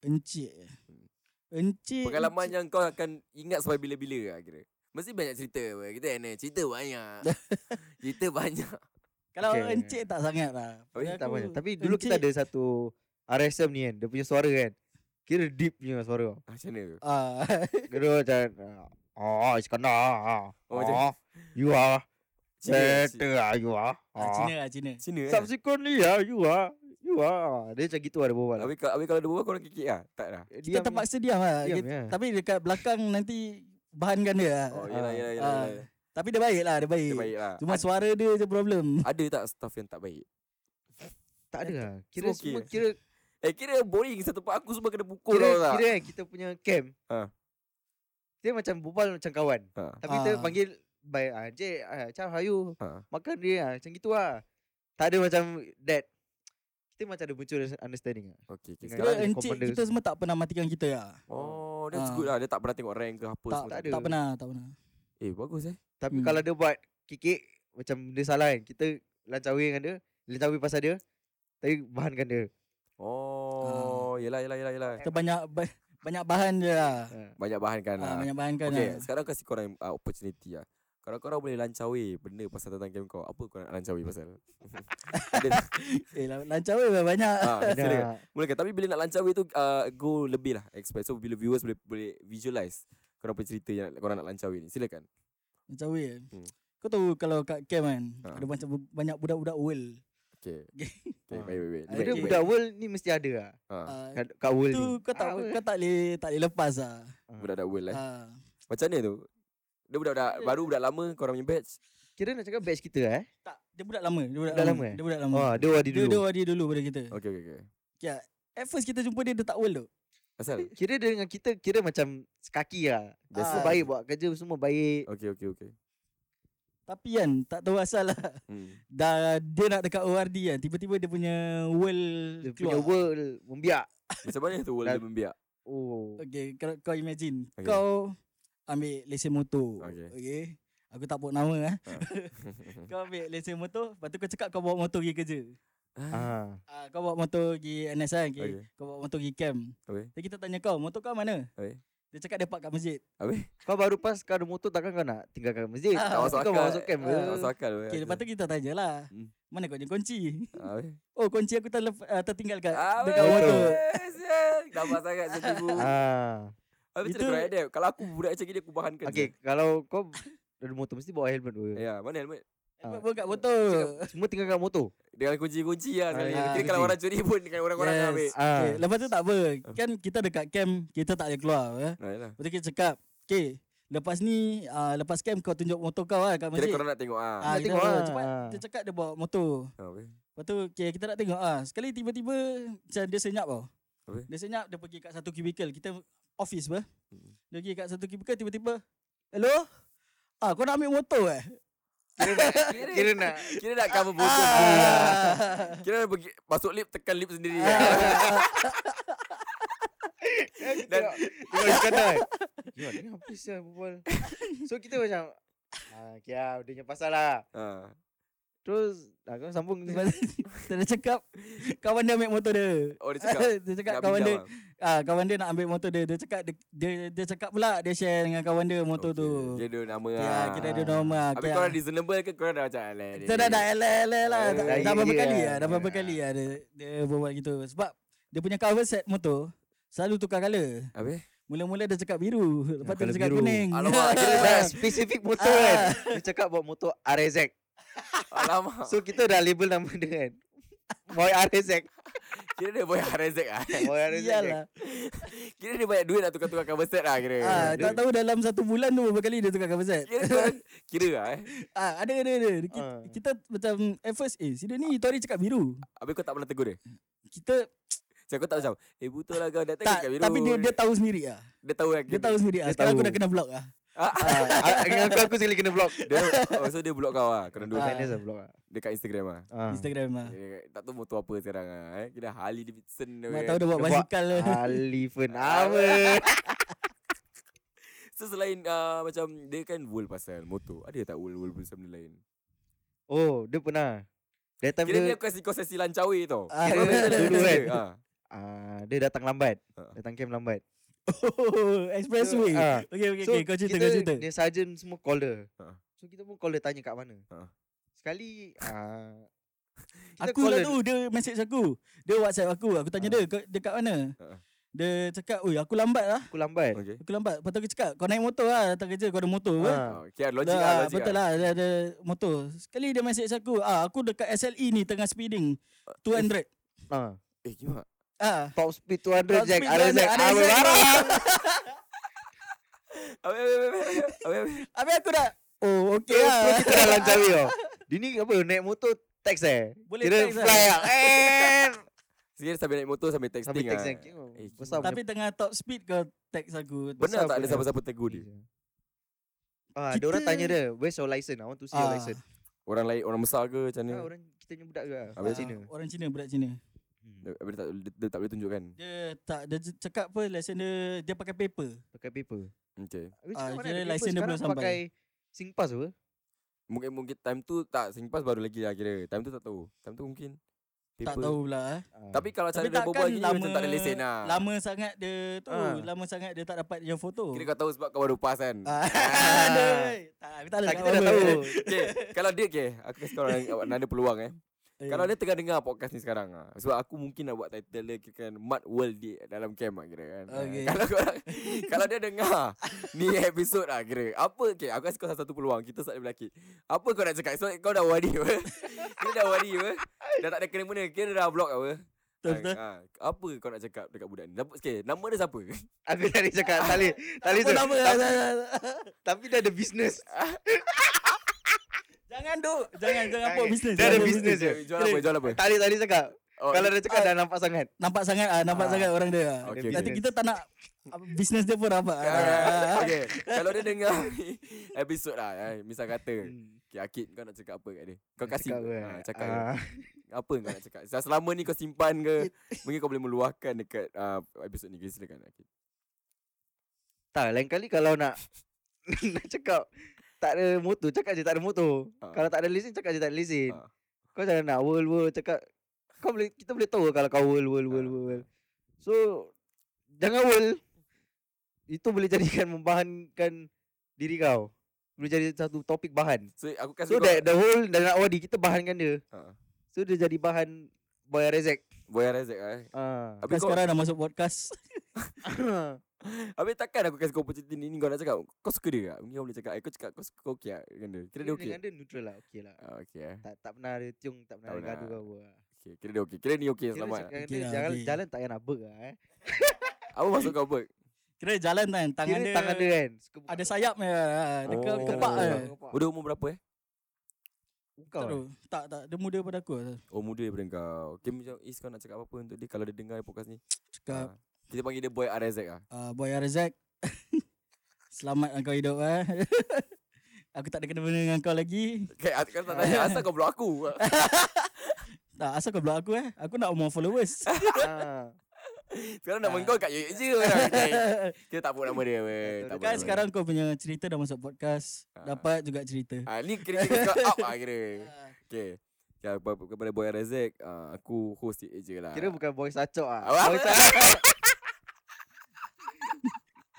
Speaker 3: Encik. Encik.
Speaker 1: Pengalaman
Speaker 3: encik.
Speaker 1: yang kau akan Ingat sampai bila-bila lah kira Mesti banyak cerita apa. Kita ni cerita banyak Cerita banyak
Speaker 3: Kalau
Speaker 2: Okay.
Speaker 3: encik tak sangat lah.
Speaker 1: Oh,
Speaker 3: Pada
Speaker 2: Tak
Speaker 3: aku,
Speaker 2: banyak. Tapi dulu kita ada
Speaker 3: encik-
Speaker 2: satu RSM ni kan. Dia punya suara kan. Kira deep punya suara.
Speaker 1: Ah, Macam mana
Speaker 3: Ah,
Speaker 2: Kira macam ah, Oh Iskandar ah,
Speaker 1: Oh,
Speaker 2: Oh,
Speaker 1: macam-
Speaker 2: oh You are
Speaker 1: Cina
Speaker 2: Better ah, You are
Speaker 3: ah,
Speaker 2: ah.
Speaker 3: Cina lah, Cina.
Speaker 1: Cina eh
Speaker 2: Subsequently ah, You are You are Dia macam gitu ada berbual
Speaker 1: Habis, kalau- habis kalau ada berbual Korang kikik lah Tak lah
Speaker 3: Kita terpaksa diam lah.
Speaker 2: Diam,
Speaker 3: Kita-
Speaker 2: ya.
Speaker 3: Tapi dekat belakang nanti bahankan dia lah.
Speaker 1: Oh yelah
Speaker 2: Ah.
Speaker 1: yelah yelah,
Speaker 3: Ah,
Speaker 1: yelah.
Speaker 3: Tapi dia baik lah, dia baik.
Speaker 1: Dia baik lah
Speaker 3: Cuma suara dia je problem.
Speaker 2: Ah,
Speaker 1: Ada tak staff yang tak baik
Speaker 2: Tak ada lah Kira
Speaker 1: Semua okey
Speaker 2: semua
Speaker 1: eh.
Speaker 2: Kira
Speaker 1: Eh kira boring Satu part aku semua kena pukul
Speaker 2: Kira,
Speaker 1: tau tak
Speaker 2: kira kan kita punya camp
Speaker 1: Ha.
Speaker 2: Dia macam berbual macam kawan
Speaker 1: Ha.
Speaker 2: Tapi kita
Speaker 3: Ah.
Speaker 2: panggil By ah, Cik ah, Macam how you
Speaker 1: Ha.
Speaker 2: Makan dia ah, Macam gitu lah Tak ada macam That Kita macam ada muncul understanding lah
Speaker 1: Okay, okay.
Speaker 2: Kira-
Speaker 1: Sekarang
Speaker 3: Kira
Speaker 2: ada
Speaker 3: encik
Speaker 2: commander
Speaker 3: kita semua tak pernah matikan kita lah.
Speaker 1: Oh, that's
Speaker 3: Ah.
Speaker 1: good lah. Dia tak pernah tengok rank ke apa
Speaker 3: Tak,
Speaker 1: semua.
Speaker 2: tak
Speaker 1: ada.
Speaker 2: ada.
Speaker 3: Tak pernah, tak pernah.
Speaker 1: Eh, bagus eh.
Speaker 2: Tapi
Speaker 3: Hmm.
Speaker 2: hmm. kalau dia buat kikik Macam dia salah kan Kita lancawi dengan dia Lancawi pasal dia Tapi bahankan dia
Speaker 1: Oh, yelah, yelah, yelah, yelah.
Speaker 3: Kita banyak ba- banyak bahan je lah.
Speaker 2: ha.
Speaker 1: Banyak bahan kan
Speaker 3: Ah,
Speaker 1: lah.
Speaker 3: banyak bahan kan
Speaker 1: okay,
Speaker 3: lah.
Speaker 1: sekarang kasih korang uh, opportunity lah. Kalau korang boleh lancar weh benda pasal tentang game kau, apa korang nak lancar weh pasal? Ada tak?
Speaker 3: Eh, lan- lancar weh banyak.
Speaker 1: ah, silakan.
Speaker 2: Dah,
Speaker 1: Mulakan. Tapi bila nak lancar weh tu, uh, go lebih lah. Expect. So, bila viewers boleh boleh visualize korang punya cerita yang korang nak lancar weh ni. Silakan.
Speaker 3: Macam weh.
Speaker 1: Hmm.
Speaker 3: Kau tahu kalau kat camp kan,
Speaker 1: Ha.
Speaker 3: ada macam bu- banyak budak-budak world.
Speaker 1: Okay.
Speaker 3: Okay.
Speaker 1: Okay,
Speaker 2: Ah.
Speaker 1: baik, baik, baik. Ni
Speaker 3: Ada
Speaker 1: baik,
Speaker 2: Kira
Speaker 1: ni
Speaker 2: budak world ni mesti ada lah
Speaker 1: baik. Ah,
Speaker 3: Ah,
Speaker 2: Kat, kat world
Speaker 3: tu
Speaker 2: ni
Speaker 3: kau tak
Speaker 2: Ah,
Speaker 3: kau tak boleh tak boleh lepas lah.
Speaker 2: ah.
Speaker 1: Budak-budak world lah.
Speaker 3: Ah,
Speaker 1: Macam mana tu? Dia budak-budak baru budak lama korang punya batch.
Speaker 2: Kira nak cakap batch kita eh
Speaker 3: tak dia budak lama, dia budak,
Speaker 2: Budak
Speaker 3: lama.
Speaker 2: lama eh?
Speaker 3: Dia budak lama.
Speaker 2: Wah dia wadi
Speaker 3: Hmm. dia dia
Speaker 2: dulu
Speaker 3: wadi dulu pada kita.
Speaker 1: Okay, okay, okay.
Speaker 3: At first kita jumpa dia dia tak world tu.
Speaker 1: Asal?
Speaker 2: Kira dia dengan kita Kira macam Sekaki lah
Speaker 3: Ah.
Speaker 1: Biasa.
Speaker 2: Semua baik buat kerja Semua baik
Speaker 1: Okay, okay, okay.
Speaker 3: Tapi kan tak tahu asal lah.
Speaker 1: Hmm.
Speaker 3: Dah dia nak dekat ORD kan, tiba-tiba dia punya world
Speaker 2: Dia punya
Speaker 3: Hmm, keluar.
Speaker 2: world Membiak
Speaker 1: Macam mana tu world
Speaker 2: Dan-
Speaker 1: dia membiak?
Speaker 2: Oh
Speaker 3: Okay, kau, kau imagine.
Speaker 1: Okay.
Speaker 3: Okay. Kau ambil lesen motor.
Speaker 1: Okay.
Speaker 3: Okay. okay. Aku tak buat nama eh.
Speaker 1: Ha.
Speaker 3: kau ambil lesen motor, lepas tu kau cakap kau bawa motor pergi kerja.
Speaker 2: ah.
Speaker 3: Ah, kau bawa motor pergi NS kan, okay.
Speaker 1: Okay.
Speaker 3: kau bawa motor pergi camp.
Speaker 1: Okay.
Speaker 3: Jadi kita tanya kau, motor kau mana?
Speaker 1: Okay.
Speaker 3: Dia cakap dia park kat masjid.
Speaker 1: Habis?
Speaker 2: Kau baru pas Kau ada motor Takkan kau nak tinggalkan masjid
Speaker 1: Tak
Speaker 3: Ah,
Speaker 1: masuk
Speaker 2: Mesti
Speaker 1: akal.
Speaker 2: Kau masuk camp
Speaker 1: Tak
Speaker 2: ke?
Speaker 1: masuk akal.
Speaker 3: Okay, lepas tu kita tanya lah.
Speaker 1: Hmm.
Speaker 3: Mana kau punya kunci?
Speaker 1: Habis? Ah,
Speaker 3: Oh, kunci aku terlef- uh, tertinggal kat
Speaker 1: Habis.
Speaker 3: dekat motor.
Speaker 1: yes. Gambar sangat macam tipu.
Speaker 2: Ah.
Speaker 1: Habis tu dia
Speaker 3: Itu-
Speaker 1: kurang adapt. Kalau aku budak macam gini, aku
Speaker 3: Kan,
Speaker 1: bahankan.
Speaker 2: Okay, kalau kau ada motor mesti bawa helmet
Speaker 1: je.
Speaker 3: Eh,
Speaker 2: dulu.
Speaker 1: Ya, mana helmet?
Speaker 3: Buat buat kat motor.
Speaker 2: Semua tinggal kat motor.
Speaker 1: Dengan kunci-kunci lah sekali.
Speaker 2: Ah,
Speaker 1: Kira kalau
Speaker 3: kunci.
Speaker 1: orang curi pun dengan orang-orang yes.
Speaker 3: Yes.
Speaker 1: ambil.
Speaker 3: Eh, Okay,
Speaker 2: Ah.
Speaker 3: lepas tu tak apa. Kan kita dekat camp, kita tak boleh keluar. Eh?
Speaker 1: Nah, yalah.
Speaker 3: Lepas tu kita cakap, okay, lepas ni, uh, lepas camp kau tunjuk motor kau lah kat
Speaker 1: Kira
Speaker 3: masjid.
Speaker 1: korang nak tengok ah.
Speaker 3: Ah,
Speaker 2: Nak
Speaker 3: kita
Speaker 2: tengok
Speaker 3: bawa.
Speaker 2: lah.
Speaker 3: Cepat
Speaker 2: Ah.
Speaker 3: dia cakap dia bawa motor.
Speaker 1: Ah, Habis.
Speaker 3: Lepas tu, okay, kita nak tengok ah. Sekali tiba-tiba macam dia senyap tau.
Speaker 1: Apa?
Speaker 3: Dia senyap, dia pergi kat satu cubicle. Kita office ber.
Speaker 1: Hmm.
Speaker 3: Dia pergi kat satu cubicle tiba-tiba, hello? Ah, kau nak ambil motor eh?
Speaker 2: Kira nak, kira nak.
Speaker 1: Kira nak cover botol.
Speaker 3: Ah.
Speaker 1: Kira pergi, masuk lip, tekan lip sendiri.
Speaker 2: Dan tengok Iskandar. Ya, ni apa sih berbual? So kita macam ah, okay lah, dia punya pasal lah.
Speaker 1: Ah.
Speaker 2: Terus ah, kau sambung
Speaker 3: Lepas tu, Kita dah cakap Kawan dia ambil motor dia
Speaker 1: Oh, dia cakap.
Speaker 3: Dia cakap
Speaker 1: nak
Speaker 3: kawan
Speaker 1: pinjam
Speaker 3: dia
Speaker 1: ah.
Speaker 3: ah kawan dia nak ambil motor dia. Dia cakap dia, dia, dia cakap pula dia share dengan kawan dia motor
Speaker 1: Okey,
Speaker 3: tu.
Speaker 1: Dia ada nama
Speaker 3: Ya,
Speaker 1: lah.
Speaker 3: kita ada normal.
Speaker 1: Habis korang reasonable ke korang dah macam alay?
Speaker 3: Kita dah dah eleh eleh lah.
Speaker 1: Eh,
Speaker 3: Dah,
Speaker 2: lagi
Speaker 3: dah berapa
Speaker 2: dia
Speaker 3: kali
Speaker 2: lah.
Speaker 3: lah. Dah berapa kali lah dia, dia berbual gitu. Sebab dia punya cover set motor selalu tukar colour.
Speaker 1: Habis?
Speaker 3: Mula-mula dia cakap biru. Lepas tu
Speaker 2: colour
Speaker 3: dia cakap
Speaker 2: biru.
Speaker 3: kuning.
Speaker 1: Alamak, kira
Speaker 3: Ah.
Speaker 2: Dah spesifik motor kan. Dia cakap buat motor RZX.
Speaker 1: Alamak.
Speaker 3: Ah.
Speaker 2: So kita dah label nama dia kan. Boy RZX.
Speaker 1: Kira dia boleh rezek lah.
Speaker 2: Boy RZX.
Speaker 3: Iyalah.
Speaker 1: Kira dia banyak duit nak tukar-tukar cover set lah kira.
Speaker 3: Ah, tak tahu dalam satu bulan tu berapa kali dia tukar cover set.
Speaker 1: Kira korang- Kira lah eh.
Speaker 3: Ah, ada ada ada. Kita,
Speaker 2: Ah.
Speaker 3: kita macam at first eh sini ni Tori cakap biru.
Speaker 1: Habis kau tak pernah tegur dia?
Speaker 3: Kita
Speaker 1: Cakap kau tak macam, eh betul lah kau datang
Speaker 3: tak
Speaker 1: kat biru.
Speaker 3: tapi dia dia tahu sendiri ah.
Speaker 1: dia tahu lah.
Speaker 3: Dia tahu sendiri ah.
Speaker 2: Dia
Speaker 3: Sekarang aku
Speaker 2: tahu.
Speaker 3: dah kena block ah.
Speaker 2: Ah, ah, Dengan aku aku sekali kena block.
Speaker 1: Dia, oh, so dia block kau lah. Kena dua
Speaker 3: Ah.
Speaker 1: minus
Speaker 2: Minus lah block. lah.
Speaker 1: dekat Instagram lah.
Speaker 2: Ah.
Speaker 3: Instagram ah.
Speaker 1: Eh, tak tahu motor apa sekarang lah. Eh. Kira Harley Davidson.
Speaker 3: Mak tahu
Speaker 2: Dia
Speaker 3: dia buat
Speaker 2: buat-
Speaker 3: basikal lah.
Speaker 2: Alifan
Speaker 3: Ah.
Speaker 2: apa?
Speaker 1: So selain uh, macam dia kan world pasal motor. Ada tak world-world pasal benda lain?
Speaker 2: Oh, dia pernah. That time
Speaker 1: Kira dia
Speaker 2: dia,
Speaker 1: kasi kau sesi lancawi tau.
Speaker 3: Ah,
Speaker 1: Kau
Speaker 2: dia-
Speaker 1: boleh
Speaker 2: dulu kan.
Speaker 1: Ah.
Speaker 2: ah, dia datang lambat.
Speaker 1: Ah.
Speaker 2: Datang camp lambat.
Speaker 3: Oh, Expressway.
Speaker 2: Ah.
Speaker 3: Okey okey okey kau cerita
Speaker 2: kita,
Speaker 3: kau cerita.
Speaker 2: Dia sergeant semua call dia.
Speaker 1: Ah.
Speaker 2: So kita pun call dia tanya kat mana.
Speaker 1: Ah.
Speaker 2: Sekali ah, kita
Speaker 3: Aku
Speaker 2: call
Speaker 3: lah
Speaker 2: dia-
Speaker 3: tu dia message aku. Dia WhatsApp aku. Aku
Speaker 2: Ah.
Speaker 3: tanya dia "Kau- dia kat mana?
Speaker 1: Ah.
Speaker 3: Dia cakap, "Oi, aku lambat lah.
Speaker 2: Aku lambat.
Speaker 1: Okay.
Speaker 3: Aku lambat." Lepas tu aku cakap, "Kau naik motor lah datang kerja kau ada motor apa?"
Speaker 2: Ah.
Speaker 1: Ah, okay, logik
Speaker 3: Dah,
Speaker 1: lah, logik
Speaker 3: Betul lah, dia ada motor. Sekali dia message aku, ah aku dekat SLE ni tengah speeding 200.
Speaker 2: ah.
Speaker 1: Eh, gimana?
Speaker 3: Ah.
Speaker 2: Top speed
Speaker 3: Top
Speaker 2: 200 Jack
Speaker 3: speed
Speaker 2: RZ
Speaker 3: 200,
Speaker 2: Apa
Speaker 3: RZ.
Speaker 2: barang
Speaker 1: Habis, habis, habis, habis, habis, habis.
Speaker 3: Habis aku dah Oh, okey
Speaker 2: Okay lah
Speaker 3: lah.
Speaker 2: Kita dah lancar tau Dia ni apa Naik motor Text eh
Speaker 3: Boleh
Speaker 2: Kira
Speaker 3: text
Speaker 2: fly
Speaker 3: lah.
Speaker 2: lah And
Speaker 1: Sekiranya sambil naik motor, sambil texting
Speaker 2: Sampai text
Speaker 1: lah.
Speaker 2: eh
Speaker 1: Eh,
Speaker 2: Besar
Speaker 3: Tapi tengah top speed kau text aku.
Speaker 1: Benar tak ada
Speaker 2: Besar
Speaker 1: siapa-siapa tegur dia?
Speaker 2: Ah, dia orang
Speaker 3: Kita-
Speaker 2: tanya dia, where's your license? I want to see your
Speaker 3: Ah.
Speaker 2: license.
Speaker 1: Orang lain, orang besar ke macam mana?
Speaker 2: Ah, orang kita punya budak ke? lah,
Speaker 1: Habis?
Speaker 2: Cina.
Speaker 3: Ah, orang Cina, budak Cina.
Speaker 2: Hmm.
Speaker 1: Dia, dia, tak, dia, dia tak boleh tunjukkan.
Speaker 3: Dia tak dia c- cakap apa lesson dia dia pakai paper.
Speaker 2: Pakai paper.
Speaker 1: Okay.
Speaker 2: Aku
Speaker 3: Ah,
Speaker 2: cakap mana
Speaker 3: kira
Speaker 2: ada
Speaker 3: license dia
Speaker 2: paper,
Speaker 3: belum
Speaker 2: sekarang
Speaker 3: sampai.
Speaker 2: pakai Singpass apa? Ah.
Speaker 1: Mungkin mungkin time tu tak singpass baru lagi lah kira. Time tu tak tahu. Time tu mungkin
Speaker 3: Tak
Speaker 1: paper.
Speaker 3: tahu pula eh.
Speaker 2: Ah.
Speaker 1: Tapi kalau cara dia berbual gini macam tak ada lesen lah.
Speaker 3: Lama sangat dia tu,
Speaker 2: Ah.
Speaker 3: lama sangat dia tak dapat yang foto.
Speaker 1: Kira kau tahu sebab kau baru pas kan.
Speaker 3: Ah, dia- eh, tak, aku tak ada.
Speaker 2: tak,
Speaker 3: kat
Speaker 2: kita dah
Speaker 3: apa.
Speaker 2: tahu.
Speaker 1: Okay, kalau dia okay, aku kasi korang ada peluang eh.
Speaker 3: Eh,
Speaker 1: Kalau dia tengah dengar podcast ni sekarang ah. Sebab aku mungkin nak buat title dia kira kan Mud World di dalam camp lah kira kan. Ah,
Speaker 3: Okay.
Speaker 1: Kalau korang, kalau dia dengar ni episod lah kira. Apa okay, aku kasi kau satu peluang. Kita start daripada lelaki. Apa kau nak cakap? So kau dah wadi apa? Kau dah wadi apa? Dah tak ada kena mengena. Kira dah block apa?
Speaker 3: betul betul.
Speaker 1: Ah, ah, apa kau nak cakap dekat budak ni? Nama, okay, nama dia siapa?
Speaker 2: Aku tadi cakap tak boleh. Tak boleh.
Speaker 3: Apa
Speaker 2: tu.
Speaker 3: nama?
Speaker 2: Tapi dia ada business.
Speaker 3: Jangan duk. Jangan jangan buat
Speaker 2: Okay.
Speaker 3: bisnes.
Speaker 2: Dia ada
Speaker 3: Jangan buat
Speaker 2: business
Speaker 3: business.
Speaker 2: je.
Speaker 1: Jual apa? Jual apa?
Speaker 2: Tak boleh tak boleh cakap.
Speaker 1: Oh,
Speaker 2: Kalau dia cakap dah nampak sangat.
Speaker 3: Nampak sangat ah, nampak
Speaker 2: Ah.
Speaker 3: sangat orang dia. ah.
Speaker 1: Okay,
Speaker 3: Nanti
Speaker 2: okay.
Speaker 3: kita tak nak ah, bisnes dia pun apa.
Speaker 2: Ya,
Speaker 1: Ah, okay. Kalau dia dengar ni episod lah eh, Misal kata
Speaker 2: Hmm.
Speaker 1: okay, Akid kau nak cakap apa kat dia Kau
Speaker 2: Dia
Speaker 1: kasih
Speaker 2: cakap, apa,
Speaker 1: ha, Cakap
Speaker 2: ah.
Speaker 1: je. Apa kau nak cakap Sel- Selama ni kau simpan ke Mungkin kau boleh meluahkan dekat uh, episod ni Okay, Silakan Akid
Speaker 2: Tak, lain kali kalau nak nak cakap tak ada motor, cakap je tak ada motor.
Speaker 1: Ah.
Speaker 2: Kalau tak ada lesen, cakap je tak ada lesen.
Speaker 1: Ah.
Speaker 2: Kau jangan nak world world cakap kau boleh kita boleh tahu kalau kau world world world
Speaker 1: Ah.
Speaker 2: world. world. So jangan world. Itu boleh jadikan membahankan diri kau. Boleh jadi satu topik bahan.
Speaker 1: So aku kasi
Speaker 2: So
Speaker 1: kau
Speaker 2: that the whole dan nak wadi kita bahankan dia.
Speaker 1: Ah.
Speaker 2: So dia jadi bahan boy rezek.
Speaker 1: Boyan Razak eh
Speaker 2: Ah.
Speaker 1: Habis
Speaker 3: Kau
Speaker 1: kau
Speaker 3: Kan sekarang dah masuk podcast.
Speaker 1: Habis takkan aku kasi kau opportunity ni Kau nak cakap Kau suka dia tak Mungkin kau boleh cakap eh, Kau cakap kau, suka- kau okay tak Dengan dia Kira dia okay
Speaker 2: Dengan dia neutral lah, okay lah.
Speaker 1: Ah, Okay eh
Speaker 2: Tak tak pernah ada tiung, tak pernah
Speaker 1: Tak
Speaker 2: ada
Speaker 1: pernah.
Speaker 2: gaduh ke apa. lah.
Speaker 1: okay, Kira dia okay Kira ni okay
Speaker 2: Kira
Speaker 1: selamat
Speaker 2: cakap
Speaker 3: Okey
Speaker 2: dia
Speaker 3: lah,
Speaker 2: jalan,
Speaker 3: okey.
Speaker 2: jalan tak payah nak berk lah eh.
Speaker 1: Apa maksud kau Berg
Speaker 3: Kira jalan kan tangan
Speaker 2: Kira
Speaker 3: dia,
Speaker 2: tangan dia kan. Suka buka-
Speaker 3: ada sayap dia. ah, Dia
Speaker 1: Oh.
Speaker 3: oh. kepak
Speaker 1: Kepak.
Speaker 3: je.
Speaker 2: Kepak.
Speaker 1: Udah umur berapa eh
Speaker 2: Kau
Speaker 3: Tak
Speaker 2: eh?
Speaker 3: tahu. Tak tak dia muda pada aku. lah.
Speaker 1: Oh muda daripada kau Okay macam Is kau nak cakap apa untuk dia Kalau dia dengar podcast ni
Speaker 3: Cakap
Speaker 1: Ah, Kita panggil dia Boy RZ lah
Speaker 3: ah, boy Arzak. Selamat lah kau hidup eh. aku tak ada kena benda dengan kau lagi.
Speaker 1: Okay aku kan tak tanya Asal kau block aku
Speaker 3: Tak asal kau block aku eh. Aku nak more followers.
Speaker 2: Ah.
Speaker 1: Sekarang nama
Speaker 3: Ah.
Speaker 1: kau kat Yoyok je orang Okay, Kita Eh, tak buat nama dia weh Tak
Speaker 2: Betul.
Speaker 1: buat
Speaker 3: kan
Speaker 1: nama
Speaker 3: sekarang kau punya cerita dah masuk podcast.
Speaker 1: Ah.
Speaker 3: Dapat juga cerita. Ah,
Speaker 1: dia. ah, Ni kira kira kau up lah kira Okay Ya, kepa- kepada Boy Razak ah, Aku host dia je lah
Speaker 2: Kira bukan boy sacok ah.
Speaker 1: Apa?
Speaker 2: Boy sacok.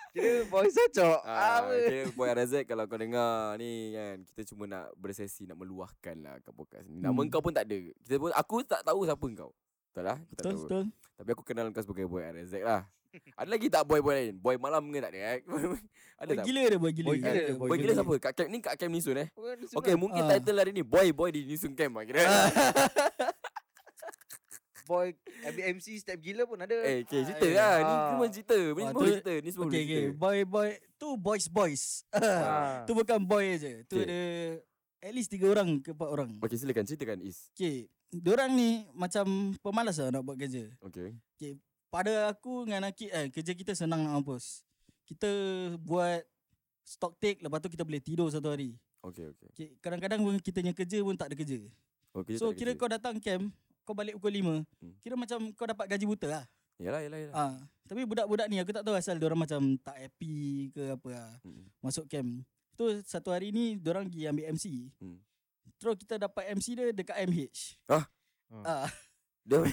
Speaker 2: Kira boy sacok.
Speaker 1: Ah,
Speaker 2: Apa?
Speaker 1: okay, Boy Razak kalau kau dengar ni kan Kita cuma nak bersesi, nak meluahkan lah kat podcast ni Nama
Speaker 3: Hmm.
Speaker 1: kau pun tak ada kita pun, Aku tak tahu siapa kau Betul lah? Aku tak
Speaker 3: Betul
Speaker 1: tahu.
Speaker 3: betul.
Speaker 1: Tapi aku kenal kau sebagai Boy Razak lah Ada lagi tak boy-boy lain? Boy malam ke tak ada eh? ada
Speaker 3: Boy
Speaker 1: tak?
Speaker 3: gila dia boy gila.
Speaker 2: Boy gila,
Speaker 1: Eh,
Speaker 2: boy
Speaker 1: boy gila siapa? Kat camp ni kat camp ni sun eh Okay
Speaker 2: Okay,
Speaker 1: mungkin
Speaker 3: Ah.
Speaker 1: title hari ni Boy-boy di Nisun Camp lah kira
Speaker 2: boy MC step gila pun ada.
Speaker 1: Eh okay,
Speaker 3: Ah,
Speaker 1: cerita
Speaker 3: eh,
Speaker 1: lah Ni
Speaker 2: ah.
Speaker 1: semua cerita Ni
Speaker 3: Wah,
Speaker 1: semua
Speaker 3: tu-
Speaker 1: cerita Ni semua
Speaker 3: Okay, okay.
Speaker 1: cerita
Speaker 3: Boy boy tu boys boys.
Speaker 2: Ah.
Speaker 3: tu bukan boy aje. Tu
Speaker 1: Okay.
Speaker 3: ada at least tiga orang ke empat orang.
Speaker 1: Okay silakan ceritakan Is
Speaker 3: Okay. Diorang ni macam pemalas lah nak buat kerja.
Speaker 1: Okay
Speaker 3: Pada aku dengan Akid eh, kerja kita senang nak mampus. Kita buat stock take lepas tu kita boleh tidur satu hari.
Speaker 1: Okay okay
Speaker 3: Okay, kadang-kadang pun kita punya kerja pun tak ada kerja.
Speaker 1: Oh, kerja
Speaker 3: so
Speaker 1: tak ada
Speaker 3: kira
Speaker 1: kerja.
Speaker 3: kau datang camp, kau balik pukul
Speaker 1: Hmm.
Speaker 3: 5.
Speaker 1: Ya.
Speaker 3: Kira macam kau dapat gaji buta lah.
Speaker 1: Yalah yalah yalah
Speaker 3: Ah, tapi budak-budak ni aku tak tahu asal diorang macam tak happy ke apa lah.
Speaker 1: Mm-mm.
Speaker 3: Masuk camp. Tu satu hari ni diorang pergi ambil MC.
Speaker 1: Hmm.
Speaker 3: Terus kita dapat MC dia dekat MH.
Speaker 1: Ah.
Speaker 3: Ah.
Speaker 1: Dia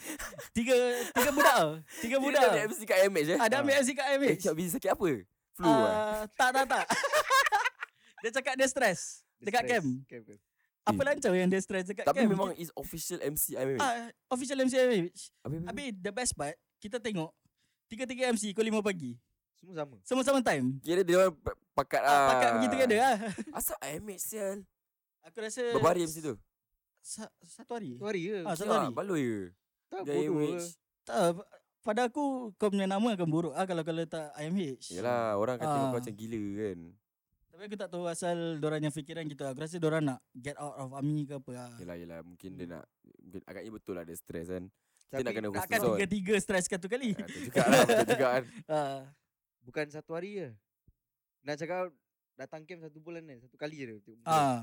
Speaker 3: Tiga tiga budak tau. Tiga
Speaker 1: Kira
Speaker 3: budak.
Speaker 1: dah ada MC kat MH eh?
Speaker 3: Ada ambil
Speaker 2: Ah.
Speaker 3: MC kat
Speaker 1: Eh,
Speaker 3: MH.
Speaker 1: Cik Abizin sakit apa? Flu lah.
Speaker 3: Ah, tak tak tak. dia cakap dia stres dekat
Speaker 2: Stress. Hmm.
Speaker 3: camp.
Speaker 2: Camp, camp.
Speaker 3: Apa
Speaker 1: Eh.
Speaker 3: lancar yang dia stres dekat
Speaker 1: Tapi
Speaker 3: camp?
Speaker 1: memang is official MC IMH.
Speaker 3: ah, official MC MH.
Speaker 1: Habis, habis.
Speaker 3: Habis the best part, kita tengok tiga-tiga MC pukul 5 pagi.
Speaker 2: Semua sama.
Speaker 3: Sama-sama time.
Speaker 1: Kira dia orang pa- pakat lah.
Speaker 3: Ah, pakat begitu kan dia lah.
Speaker 1: Asal IMH sial?
Speaker 3: Aku rasa
Speaker 1: Berapa hari MC tu?
Speaker 3: Sa- satu hari.
Speaker 2: Satu hari ke?
Speaker 3: Ah, lah. satu
Speaker 1: Kira
Speaker 3: hari.
Speaker 1: baloi ke?
Speaker 2: Tak
Speaker 1: Dia
Speaker 2: bodoh ke?
Speaker 1: IMH.
Speaker 3: Tak, pada aku kau punya nama akan buruk ah kalau kau letak IMH.
Speaker 1: Yelah, orang akan tengok kau
Speaker 3: Ah.
Speaker 1: macam gila kan.
Speaker 3: Tapi aku tak tahu asal dorang yang fikiran gitu. Aku rasa dorang nak get out of army ke apa lah.
Speaker 1: Yelah, yelah. Mungkin dia nak, mungkin agaknya betul lah dia stres kan. Kita nak
Speaker 2: Tapi
Speaker 1: kena
Speaker 3: Takkan
Speaker 1: husnuzon.
Speaker 3: tiga-tiga stres satu kali.
Speaker 1: Ah, Betul juga lah, betul juga kan.
Speaker 3: Ah.
Speaker 2: bukan satu hari je. Nak cakap datang camp satu bulan kan. Satu kali je dia. tengok muka.
Speaker 3: ah.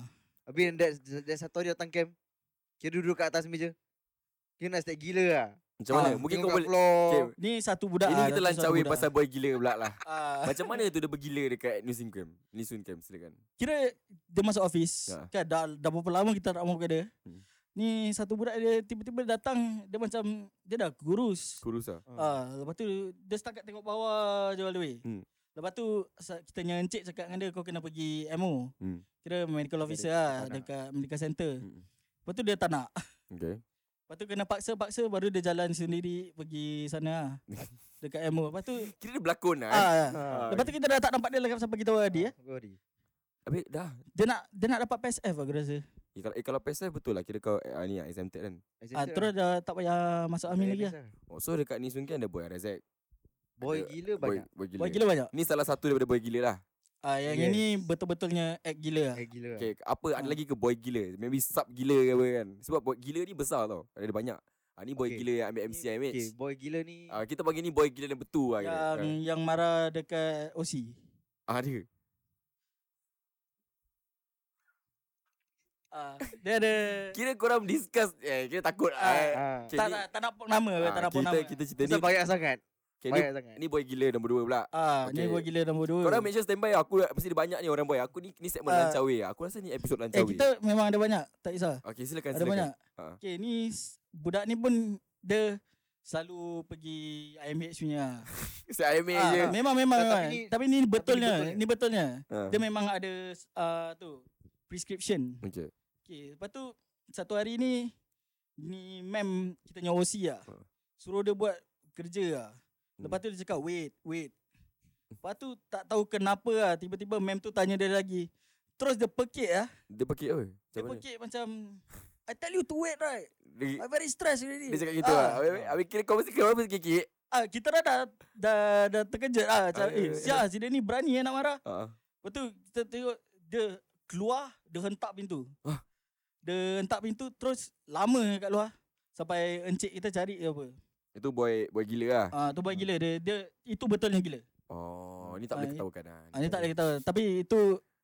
Speaker 2: Habis that, that satu hari datang camp. Kira duduk kat atas meja. Kira nak step gila lah.
Speaker 1: Macam mana?
Speaker 3: Ah,
Speaker 1: Mungkin
Speaker 2: Tengok
Speaker 1: kau
Speaker 2: kat
Speaker 1: boleh...
Speaker 2: Floor.
Speaker 1: Okay,
Speaker 3: Ni satu budak
Speaker 1: ini
Speaker 3: ah,
Speaker 1: kita
Speaker 3: satu- satu
Speaker 1: lancawi
Speaker 3: budak.
Speaker 1: pasal boy gila pula lah.
Speaker 3: Ah.
Speaker 1: Macam mana tu dia bergila dekat New Camp? New Camp, silakan.
Speaker 3: Kira dia masuk office
Speaker 1: Ya.
Speaker 3: Kan dah, dah berapa lama kita tak mahu ke dia
Speaker 1: Hmm.
Speaker 3: Ni satu budak dia tiba-tiba datang Dia macam Dia dah kurus
Speaker 1: Kurus lah.
Speaker 3: Ah, Lepas tu dia setakat tengok bawah je all the way
Speaker 1: Hmm.
Speaker 3: Lepas tu sa- kita punya encik cakap dengan dia Kau kena pergi MO
Speaker 1: Hmm.
Speaker 3: Kira medical
Speaker 2: Dia
Speaker 3: officer
Speaker 2: dia
Speaker 3: lah
Speaker 2: tak nak.
Speaker 3: Dekat medical center
Speaker 1: Mm-mm.
Speaker 3: Lepas tu dia tak nak
Speaker 1: Okay.
Speaker 3: Lepas tu kena paksa-paksa Baru dia jalan sendiri pergi sana lah Dekat MO Lepas tu
Speaker 1: Kira dia berlakon lah. eh.
Speaker 3: ah,
Speaker 2: Ah,
Speaker 3: Lepas tu kita dah tak nampak dia lah Sampai kita tadi eh
Speaker 2: satu hari.
Speaker 1: Habis dah.
Speaker 3: Dia nak dia nak dapat PSF aku rasa
Speaker 1: Eh, kalau, eh, kalau PSF betul lah. Kira kau eh, ah, ni lah, exempted kan.
Speaker 3: Ah, terus dah tak payah masuk army lagi lah.
Speaker 1: Oh, so dekat ni Sunkin ada boy Razak.
Speaker 2: Boy
Speaker 1: Ada
Speaker 2: gila
Speaker 1: Boy,
Speaker 2: banyak.
Speaker 1: boy gila.
Speaker 3: Boy gila banyak.
Speaker 1: Ni salah satu daripada boy gila lah.
Speaker 3: Ah, yang
Speaker 2: Yes.
Speaker 3: ini betul-betulnya act gila lah.
Speaker 2: Eh gila lah.
Speaker 1: Okay, apa ada
Speaker 3: Ah.
Speaker 1: lagi ke boy gila? Maybe sub gila ke apa kan? Sebab boy gila ni besar tau. Ada banyak. Ha, ni boy
Speaker 2: Okay.
Speaker 1: gila yang ambil MC IMH.
Speaker 2: Okay, boy gila ni.
Speaker 1: Ah, kita panggil ni boy gila yang betul lah. kira.
Speaker 3: Yang yang marah dekat OC.
Speaker 1: Ah, ada.
Speaker 3: Ah, dia ada
Speaker 1: Kira korang discuss. Eh, kira takut lah.
Speaker 3: Ah,
Speaker 1: eh.
Speaker 2: Ah.
Speaker 1: Okay,
Speaker 3: tak,
Speaker 1: ni-
Speaker 3: tak, tak nak pok nama, ke,
Speaker 1: ah,
Speaker 3: tak nak pok
Speaker 1: kita,
Speaker 3: nama.
Speaker 1: kita cerita ni,
Speaker 2: Pasal banyak sangat.
Speaker 1: okay, ni,
Speaker 2: Banyak sangat.
Speaker 1: ni boy gila nombor dua pula.
Speaker 3: ah, ni
Speaker 1: Okay.
Speaker 3: boy gila nombor dua. Eh,
Speaker 1: Korang make sure standby Aku mesti ada banyak ni orang boy Aku ni, ni segmen
Speaker 3: Ah.
Speaker 1: lancawi lah. Aku rasa ni episod
Speaker 3: eh,
Speaker 1: lancawi
Speaker 3: kita memang ada banyak, tak kisah.
Speaker 1: Okay silakan
Speaker 3: Ada
Speaker 1: silakan
Speaker 3: banyak.
Speaker 1: Ah.
Speaker 3: Okay, ni s- budak ni pun dia selalu pergi IMH punya.
Speaker 1: Saya IMH
Speaker 3: Ah,
Speaker 1: je
Speaker 3: memang memang.
Speaker 2: Tapi
Speaker 3: memang.
Speaker 2: ni-
Speaker 3: Tapi ni betulnya,
Speaker 2: betulnya.
Speaker 3: ni betulnya.
Speaker 1: Ah.
Speaker 3: Dia memang ada ah, tu prescription.
Speaker 1: Okay
Speaker 3: Okay, lepas tu satu hari ni ni mem kita punya OC lah.
Speaker 1: Ha.
Speaker 3: Suruh dia buat kerja lah. Lepas tu dia cakap wait, wait. Lepas tu tak tahu kenapa lah tiba-tiba mem tu tanya dia lagi. Terus dia pekik lah.
Speaker 1: Dia pergi apa? Macam
Speaker 3: Dia
Speaker 1: mana?
Speaker 3: pekik macam I tell you to wait right.
Speaker 1: Dia,
Speaker 3: I very stressed already.
Speaker 1: dia cakap gitu lah Habis- habis- Habis kira kau mesti Kau mesti kikik
Speaker 3: Ah, kita dah dah, dah, dah terkejut lah. Macam,
Speaker 1: Ah,
Speaker 3: eh,
Speaker 1: ya, ya,
Speaker 3: siap si dia ni berani eh nak marah.
Speaker 1: Ah,
Speaker 3: Lepas tu kita tengok dia keluar, dia hentak pintu.
Speaker 1: Hah?
Speaker 3: Dia hentak pintu terus lama kat luar. Sampai encik kita cari ke apa.
Speaker 1: Itu boy boy gila lah
Speaker 3: Ah tu buat gila dia dia itu betulnya gila.
Speaker 1: Oh Ni tak boleh
Speaker 3: Ah,
Speaker 1: ketawakan lah
Speaker 3: Ah ni tak ada kita tahu. tapi itu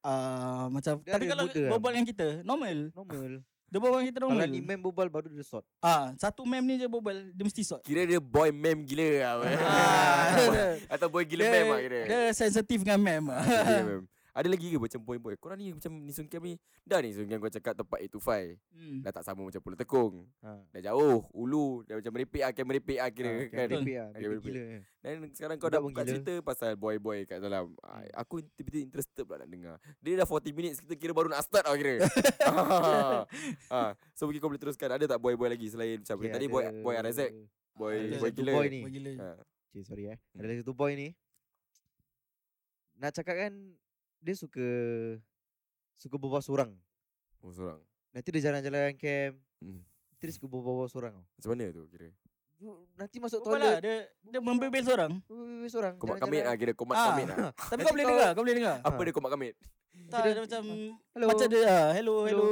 Speaker 3: ah macam
Speaker 2: Dia
Speaker 3: tapi
Speaker 2: ada
Speaker 3: kalau
Speaker 2: muda kan?
Speaker 3: berbual dengan kita normal.
Speaker 2: Normal.
Speaker 3: Dia berbual dengan kita
Speaker 2: Kalau
Speaker 3: normal.
Speaker 2: ni mem bobal baru dia sort.
Speaker 3: Ah satu mem ni je berbual dia mesti sort.
Speaker 1: Kira dia boy mem gila lah
Speaker 3: Ah,
Speaker 1: Atau boy gila mem lah kira
Speaker 3: Dia sensitif dengan mem. lah.
Speaker 1: Gila mem. Ada lagi ke macam poin-poin Korang ni macam ni Sungkem ni Dah ni Sungkem kau cakap tempat 8 to 5
Speaker 3: Hmm.
Speaker 1: Dah tak sama macam Pulau Tekong
Speaker 2: Ha.
Speaker 1: Dah jauh Ulu Dah macam merepek lah Kira merepek lah kira
Speaker 2: Ah,
Speaker 1: kan
Speaker 2: merepek lah,
Speaker 1: Kira
Speaker 2: merepek
Speaker 1: merepek.
Speaker 2: gila. eh.
Speaker 1: Dan sekarang kau
Speaker 2: Budak
Speaker 1: dah buka
Speaker 2: menggila. Hmm.
Speaker 1: cerita Pasal boy-boy kat dalam Ah, Aku tiba-tiba interested pula nak dengar Dia dah 40 minutes Kita kira baru nak start tau kira ha. So mungkin kau boleh teruskan Ada tak boy-boy lagi Selain macam
Speaker 2: Okay,
Speaker 1: Tadi
Speaker 2: ada-
Speaker 1: boy boy Arazek Boy,
Speaker 2: ada
Speaker 1: boy
Speaker 2: satu
Speaker 1: killer
Speaker 2: boy ni.
Speaker 3: Ah, Boy gila.
Speaker 1: Ha.
Speaker 2: Okay, sorry eh.
Speaker 1: Hmm.
Speaker 2: Ada lagi satu boy ni. Nak cakap kan dia suka suka berbual seorang.
Speaker 1: Oh seorang
Speaker 2: Nanti dia jalan-jalan camp.
Speaker 1: Hmm.
Speaker 2: Nanti dia suka berbual seorang. tau.
Speaker 1: Macam mana tu kira
Speaker 2: Bu- Nanti masuk
Speaker 3: Kau
Speaker 2: toilet,
Speaker 3: lah dia dia membebel seorang.
Speaker 2: berbual seorang.
Speaker 1: Komat kamit
Speaker 2: jalan-jalan.
Speaker 1: lah kira Komat
Speaker 3: Ah.
Speaker 1: kamit lah
Speaker 3: Tapi
Speaker 2: Nanti
Speaker 3: kau boleh
Speaker 2: kau-
Speaker 3: dengar, kau boleh dengar.
Speaker 1: Apa
Speaker 2: Ah.
Speaker 1: dia komat kamit
Speaker 3: Tak
Speaker 2: dia-
Speaker 3: dia macam
Speaker 2: Hello.
Speaker 3: macam dia ah, hello
Speaker 2: Hello.
Speaker 3: hello.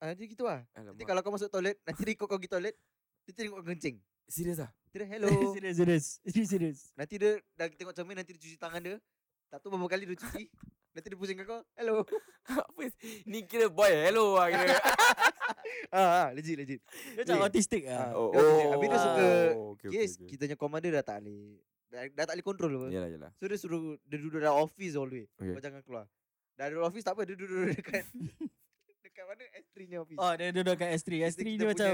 Speaker 2: Ah, nanti gitu lah. Nanti
Speaker 1: Alamak
Speaker 2: kalau kau masuk toilet, nanti dia ikut kau pergi toilet. Nanti dia tengok kau kencing.
Speaker 1: Serius lah
Speaker 2: Nanti dia hello.
Speaker 3: Serius serius. Ini serius.
Speaker 2: nanti dia dah tengok cermin, nanti dia cuci tangan dia. Tak tahu berapa kali dia cuci. nanti dia pusing kau, hello.
Speaker 1: Apa Ni kira boy hello lah kira
Speaker 2: ah, ah, legit, legit.
Speaker 3: Dia macam
Speaker 2: Weh.
Speaker 3: autistic ah.
Speaker 2: Ah.
Speaker 1: oh,
Speaker 2: Dia macam dia- habis dia suka,
Speaker 1: okay,
Speaker 2: Okay, yes, kita punya commander dah tak boleh dah, dah tak boleh control apa.
Speaker 1: Yalah yalah
Speaker 2: So dia suruh dia duduk dalam office all the way.
Speaker 1: Okay.
Speaker 2: Okay. Kau jangan keluar. Dah duduk office tak apa, dia duduk dekat dekat mana S3 nya office.
Speaker 3: Oh, dia duduk kat S3.
Speaker 2: Kita
Speaker 3: S3 dia
Speaker 2: punya
Speaker 3: macam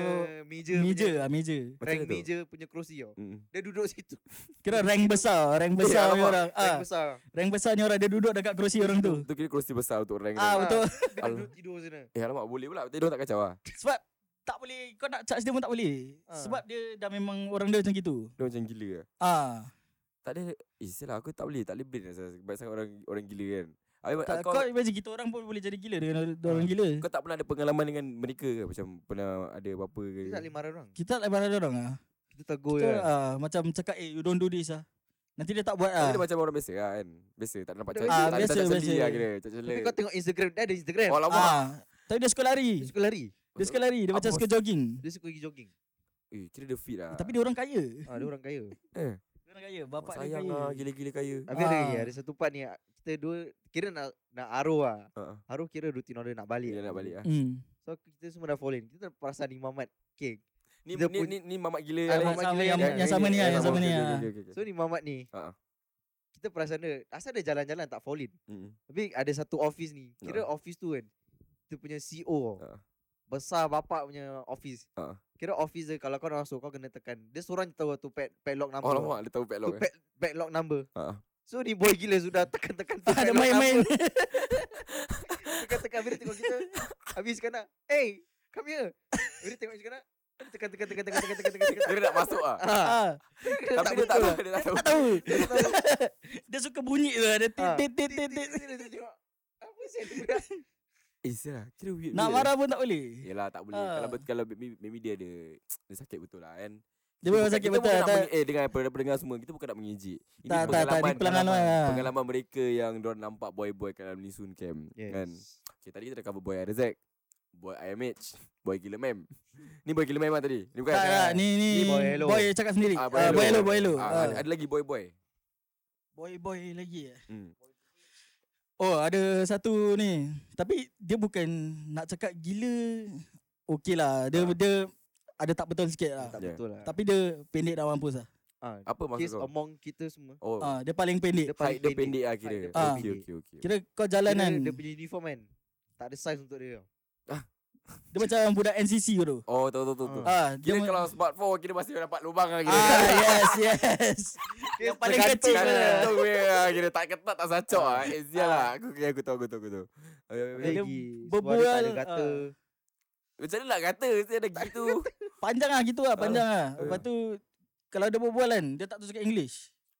Speaker 2: meja
Speaker 3: meja
Speaker 2: punya-
Speaker 3: ah, meja.
Speaker 1: Macam
Speaker 2: rank
Speaker 1: mana tu?
Speaker 2: meja punya kerusi tau.
Speaker 1: Mm.
Speaker 2: Dia duduk situ.
Speaker 3: Kira rank besar, rank besar ni
Speaker 1: alamak.
Speaker 3: orang.
Speaker 2: Rank
Speaker 3: Ah,
Speaker 2: besar.
Speaker 3: rank besar ni orang dia duduk dekat kerusi orang tu.
Speaker 1: Tu kira kerusi besar untuk rank
Speaker 3: Ah,
Speaker 1: dia.
Speaker 3: betul.
Speaker 2: Dia
Speaker 1: Alah.
Speaker 2: kan duduk tidur sana.
Speaker 1: Eh alamak boleh pula Tapi dia tak kacau lah
Speaker 3: Sebab tak boleh kau nak charge dia pun tak boleh.
Speaker 2: Ah.
Speaker 3: Sebab dia dah memang orang dia macam gitu.
Speaker 1: Dia macam gila lah
Speaker 3: Ah.
Speaker 1: Tak ada Eh sialah aku tak boleh Tak boleh brain rasa Sebab sangat orang orang gila kan Habis,
Speaker 3: Tak,
Speaker 1: kau,
Speaker 3: kau, imagine kita orang pun boleh jadi gila dengan orang- orang gila.
Speaker 1: kau tak pernah ada pengalaman dengan mereka ke? Macam pernah ada apa-apa ke?
Speaker 2: Kita tak boleh marah orang.
Speaker 3: Kita tak lebar orang ah.
Speaker 2: Kita tegur
Speaker 3: Kita
Speaker 2: dia. ya.
Speaker 3: ah, macam cakap eh you don't do this ah. Nanti dia tak buat
Speaker 1: Tapi
Speaker 3: ah.
Speaker 1: dia macam orang biasa lah kan Biasa tak nampak
Speaker 2: Dia
Speaker 1: cal-
Speaker 2: biasa.
Speaker 1: tak- tak- tak
Speaker 3: Biasa,
Speaker 1: celi
Speaker 3: biasa.
Speaker 1: lah kira Cat cela
Speaker 2: Tapi kau tengok Instagram, dia ada Instagram.
Speaker 1: Oh lama
Speaker 3: Ah. Tapi dia suka
Speaker 2: Dia
Speaker 3: lari.
Speaker 2: suka lari.
Speaker 3: Dia suka lari, dia macam
Speaker 1: Apa?
Speaker 3: suka jogging.
Speaker 2: Dia suka pergi jogging.
Speaker 1: Eh kira dia fit lah
Speaker 3: Tapi dia orang kaya.
Speaker 2: Ah, dia orang kaya.
Speaker 1: eh,
Speaker 3: Dia orang kaya,
Speaker 1: Bapak
Speaker 3: bapak dia
Speaker 1: Sayang
Speaker 3: kaya.
Speaker 1: lah gila-gila kaya
Speaker 2: Habis ada lagi,
Speaker 3: Ah.
Speaker 2: ada satu part ni. Kita dua kira nak nak aruh lah.
Speaker 1: Ah, ah.
Speaker 2: Haru kira rutin order nak balik.
Speaker 1: Dia nak balik lah
Speaker 3: Hmm.
Speaker 2: So kita semua dah fall in. Kita perasan ni Mamat. Okay.
Speaker 1: Ni
Speaker 2: Dia
Speaker 1: ni
Speaker 2: pun-
Speaker 1: ni, ni mamat gila
Speaker 2: Ah,
Speaker 1: lain.
Speaker 2: mamat gila
Speaker 3: yang,
Speaker 2: yang-
Speaker 3: yang sama ni ah, yang sama ni
Speaker 1: Okey,
Speaker 3: ah.
Speaker 1: okey, okey, okey.
Speaker 2: So ni Mamat ni.
Speaker 1: Ha.
Speaker 2: Kita perasan dia. Asal dia jalan-jalan tak fall in.
Speaker 1: Mm-mm.
Speaker 2: Tapi ada satu office ni. Kira office tu kan. Kita punya CEO.
Speaker 1: Ha.
Speaker 2: Ha. Besar bapak punya office.
Speaker 1: Ha.
Speaker 2: Kira office dia kalau kau nak masuk kau kena tekan. Dia seorang je tahu tu pad, padlock number.
Speaker 1: Oh lama dia tahu
Speaker 2: Tu
Speaker 1: padlock. eh.
Speaker 2: pad, padlock number.
Speaker 1: Ha.
Speaker 2: So ni boy gila sudah tekan-tekan tu
Speaker 1: Ah,
Speaker 3: Ada
Speaker 2: padlock
Speaker 3: main-main.
Speaker 2: number. Tekan-tekan Habis dia tengok kita Habis Iskandar Hey Come here Habis dia tengok Iskandar Tekan tekan tekan tekan tekan tekan tekan tekan
Speaker 1: Dia nak masuk ah.
Speaker 2: Ah,
Speaker 3: Ah,
Speaker 1: Tapi dia tak tahu dia tak tahu.
Speaker 3: tak tahu.
Speaker 2: Dia tak tahu.
Speaker 3: Dia suka bunyi tu. Dia tit
Speaker 2: Ah.
Speaker 3: tit tit
Speaker 2: Titik,
Speaker 3: tit.
Speaker 2: titik,
Speaker 3: tit.
Speaker 2: titik, dia tengok. Apa sih ni budak?
Speaker 1: Eh sialah kira weird.
Speaker 3: Nak
Speaker 1: weird eh.
Speaker 3: marah pun tak boleh.
Speaker 1: Yelah tak boleh.
Speaker 3: Ah.
Speaker 1: Kalau bet- kalau maybe, maybe dia ada dia sakit betul lah kan.
Speaker 3: Dia memang
Speaker 1: bukan-
Speaker 3: sakit
Speaker 1: kita
Speaker 3: betul.
Speaker 1: bukan nak
Speaker 3: Tak
Speaker 1: meng- eh dengar daripada pendengar semua kita bukan nak mengejek. Ini
Speaker 3: tak tak tak. Di
Speaker 1: pengalaman
Speaker 3: pelanggaran. ah.
Speaker 1: pengalaman mereka yang diorang nampak boy-boy kat dalam Nisun camp yes. kan. Okay, tadi kita dah cover boy Arzak, boy IMH, boy Gila Mem. ni boy Gila Mem lah tadi. Ni bukan.
Speaker 3: Tak tak. Ni ni
Speaker 2: Ni boy hello.
Speaker 3: boy cakap sendiri.
Speaker 1: Ah,
Speaker 3: Ah,
Speaker 1: boy hello.
Speaker 3: Boy hello boy hello.
Speaker 1: Ah,
Speaker 3: Ah.
Speaker 1: ada, ada lagi boy-boy.
Speaker 3: Boy boy lagi. eh.
Speaker 1: Hmm.
Speaker 3: Oh ada satu ni. Tapi dia bukan nak cakap gila. Okey lah. Dia
Speaker 1: Ah.
Speaker 3: dia ada tak betul sikit lah.
Speaker 2: Tak
Speaker 1: Yeah.
Speaker 2: betul lah
Speaker 3: Tapi dia pendek dah mampus lah.
Speaker 2: Ah,
Speaker 1: Apa maksud
Speaker 2: Case
Speaker 1: kau?
Speaker 2: among kita semua
Speaker 1: Oh,
Speaker 3: Ah, dia paling pendek.
Speaker 1: height dia pendek lah
Speaker 2: Height
Speaker 1: kira.
Speaker 2: dia
Speaker 3: Ah.
Speaker 1: Okey
Speaker 2: pendek.
Speaker 1: okey okey.
Speaker 3: Kira kau
Speaker 2: Kira
Speaker 3: jalanan.
Speaker 2: Dia punya uniform kan Tak ada size untuk dia
Speaker 3: Dia macam budak NCC tu.
Speaker 1: Oh, tahu tahu tahu. tahu.
Speaker 2: Ah.
Speaker 3: Ah, dia
Speaker 1: Kira
Speaker 3: ma-
Speaker 1: kalau smart phone kira masih dapat lubang lah kira.
Speaker 3: Ah, yes, yes.
Speaker 2: Kira
Speaker 3: Yang paling
Speaker 2: tergantung
Speaker 3: kecil
Speaker 2: lah.
Speaker 3: lah.
Speaker 1: Gantung weh ah, Kira tak ketat tak sacok ah. Eh sial lah Aku kira aku tahu aku tahu aku tahu Habis, habis, habis.
Speaker 3: Dia
Speaker 2: Lagi Sebab dia tak ada
Speaker 3: berbual,
Speaker 2: kata
Speaker 3: ah.
Speaker 1: Macam mana nak kata Saya ada gitu
Speaker 3: Panjang lah gitu lah, panjang lah.
Speaker 1: ah.
Speaker 3: Lepas tu, kalau dia berbual kan, dia tak tahu cakap English.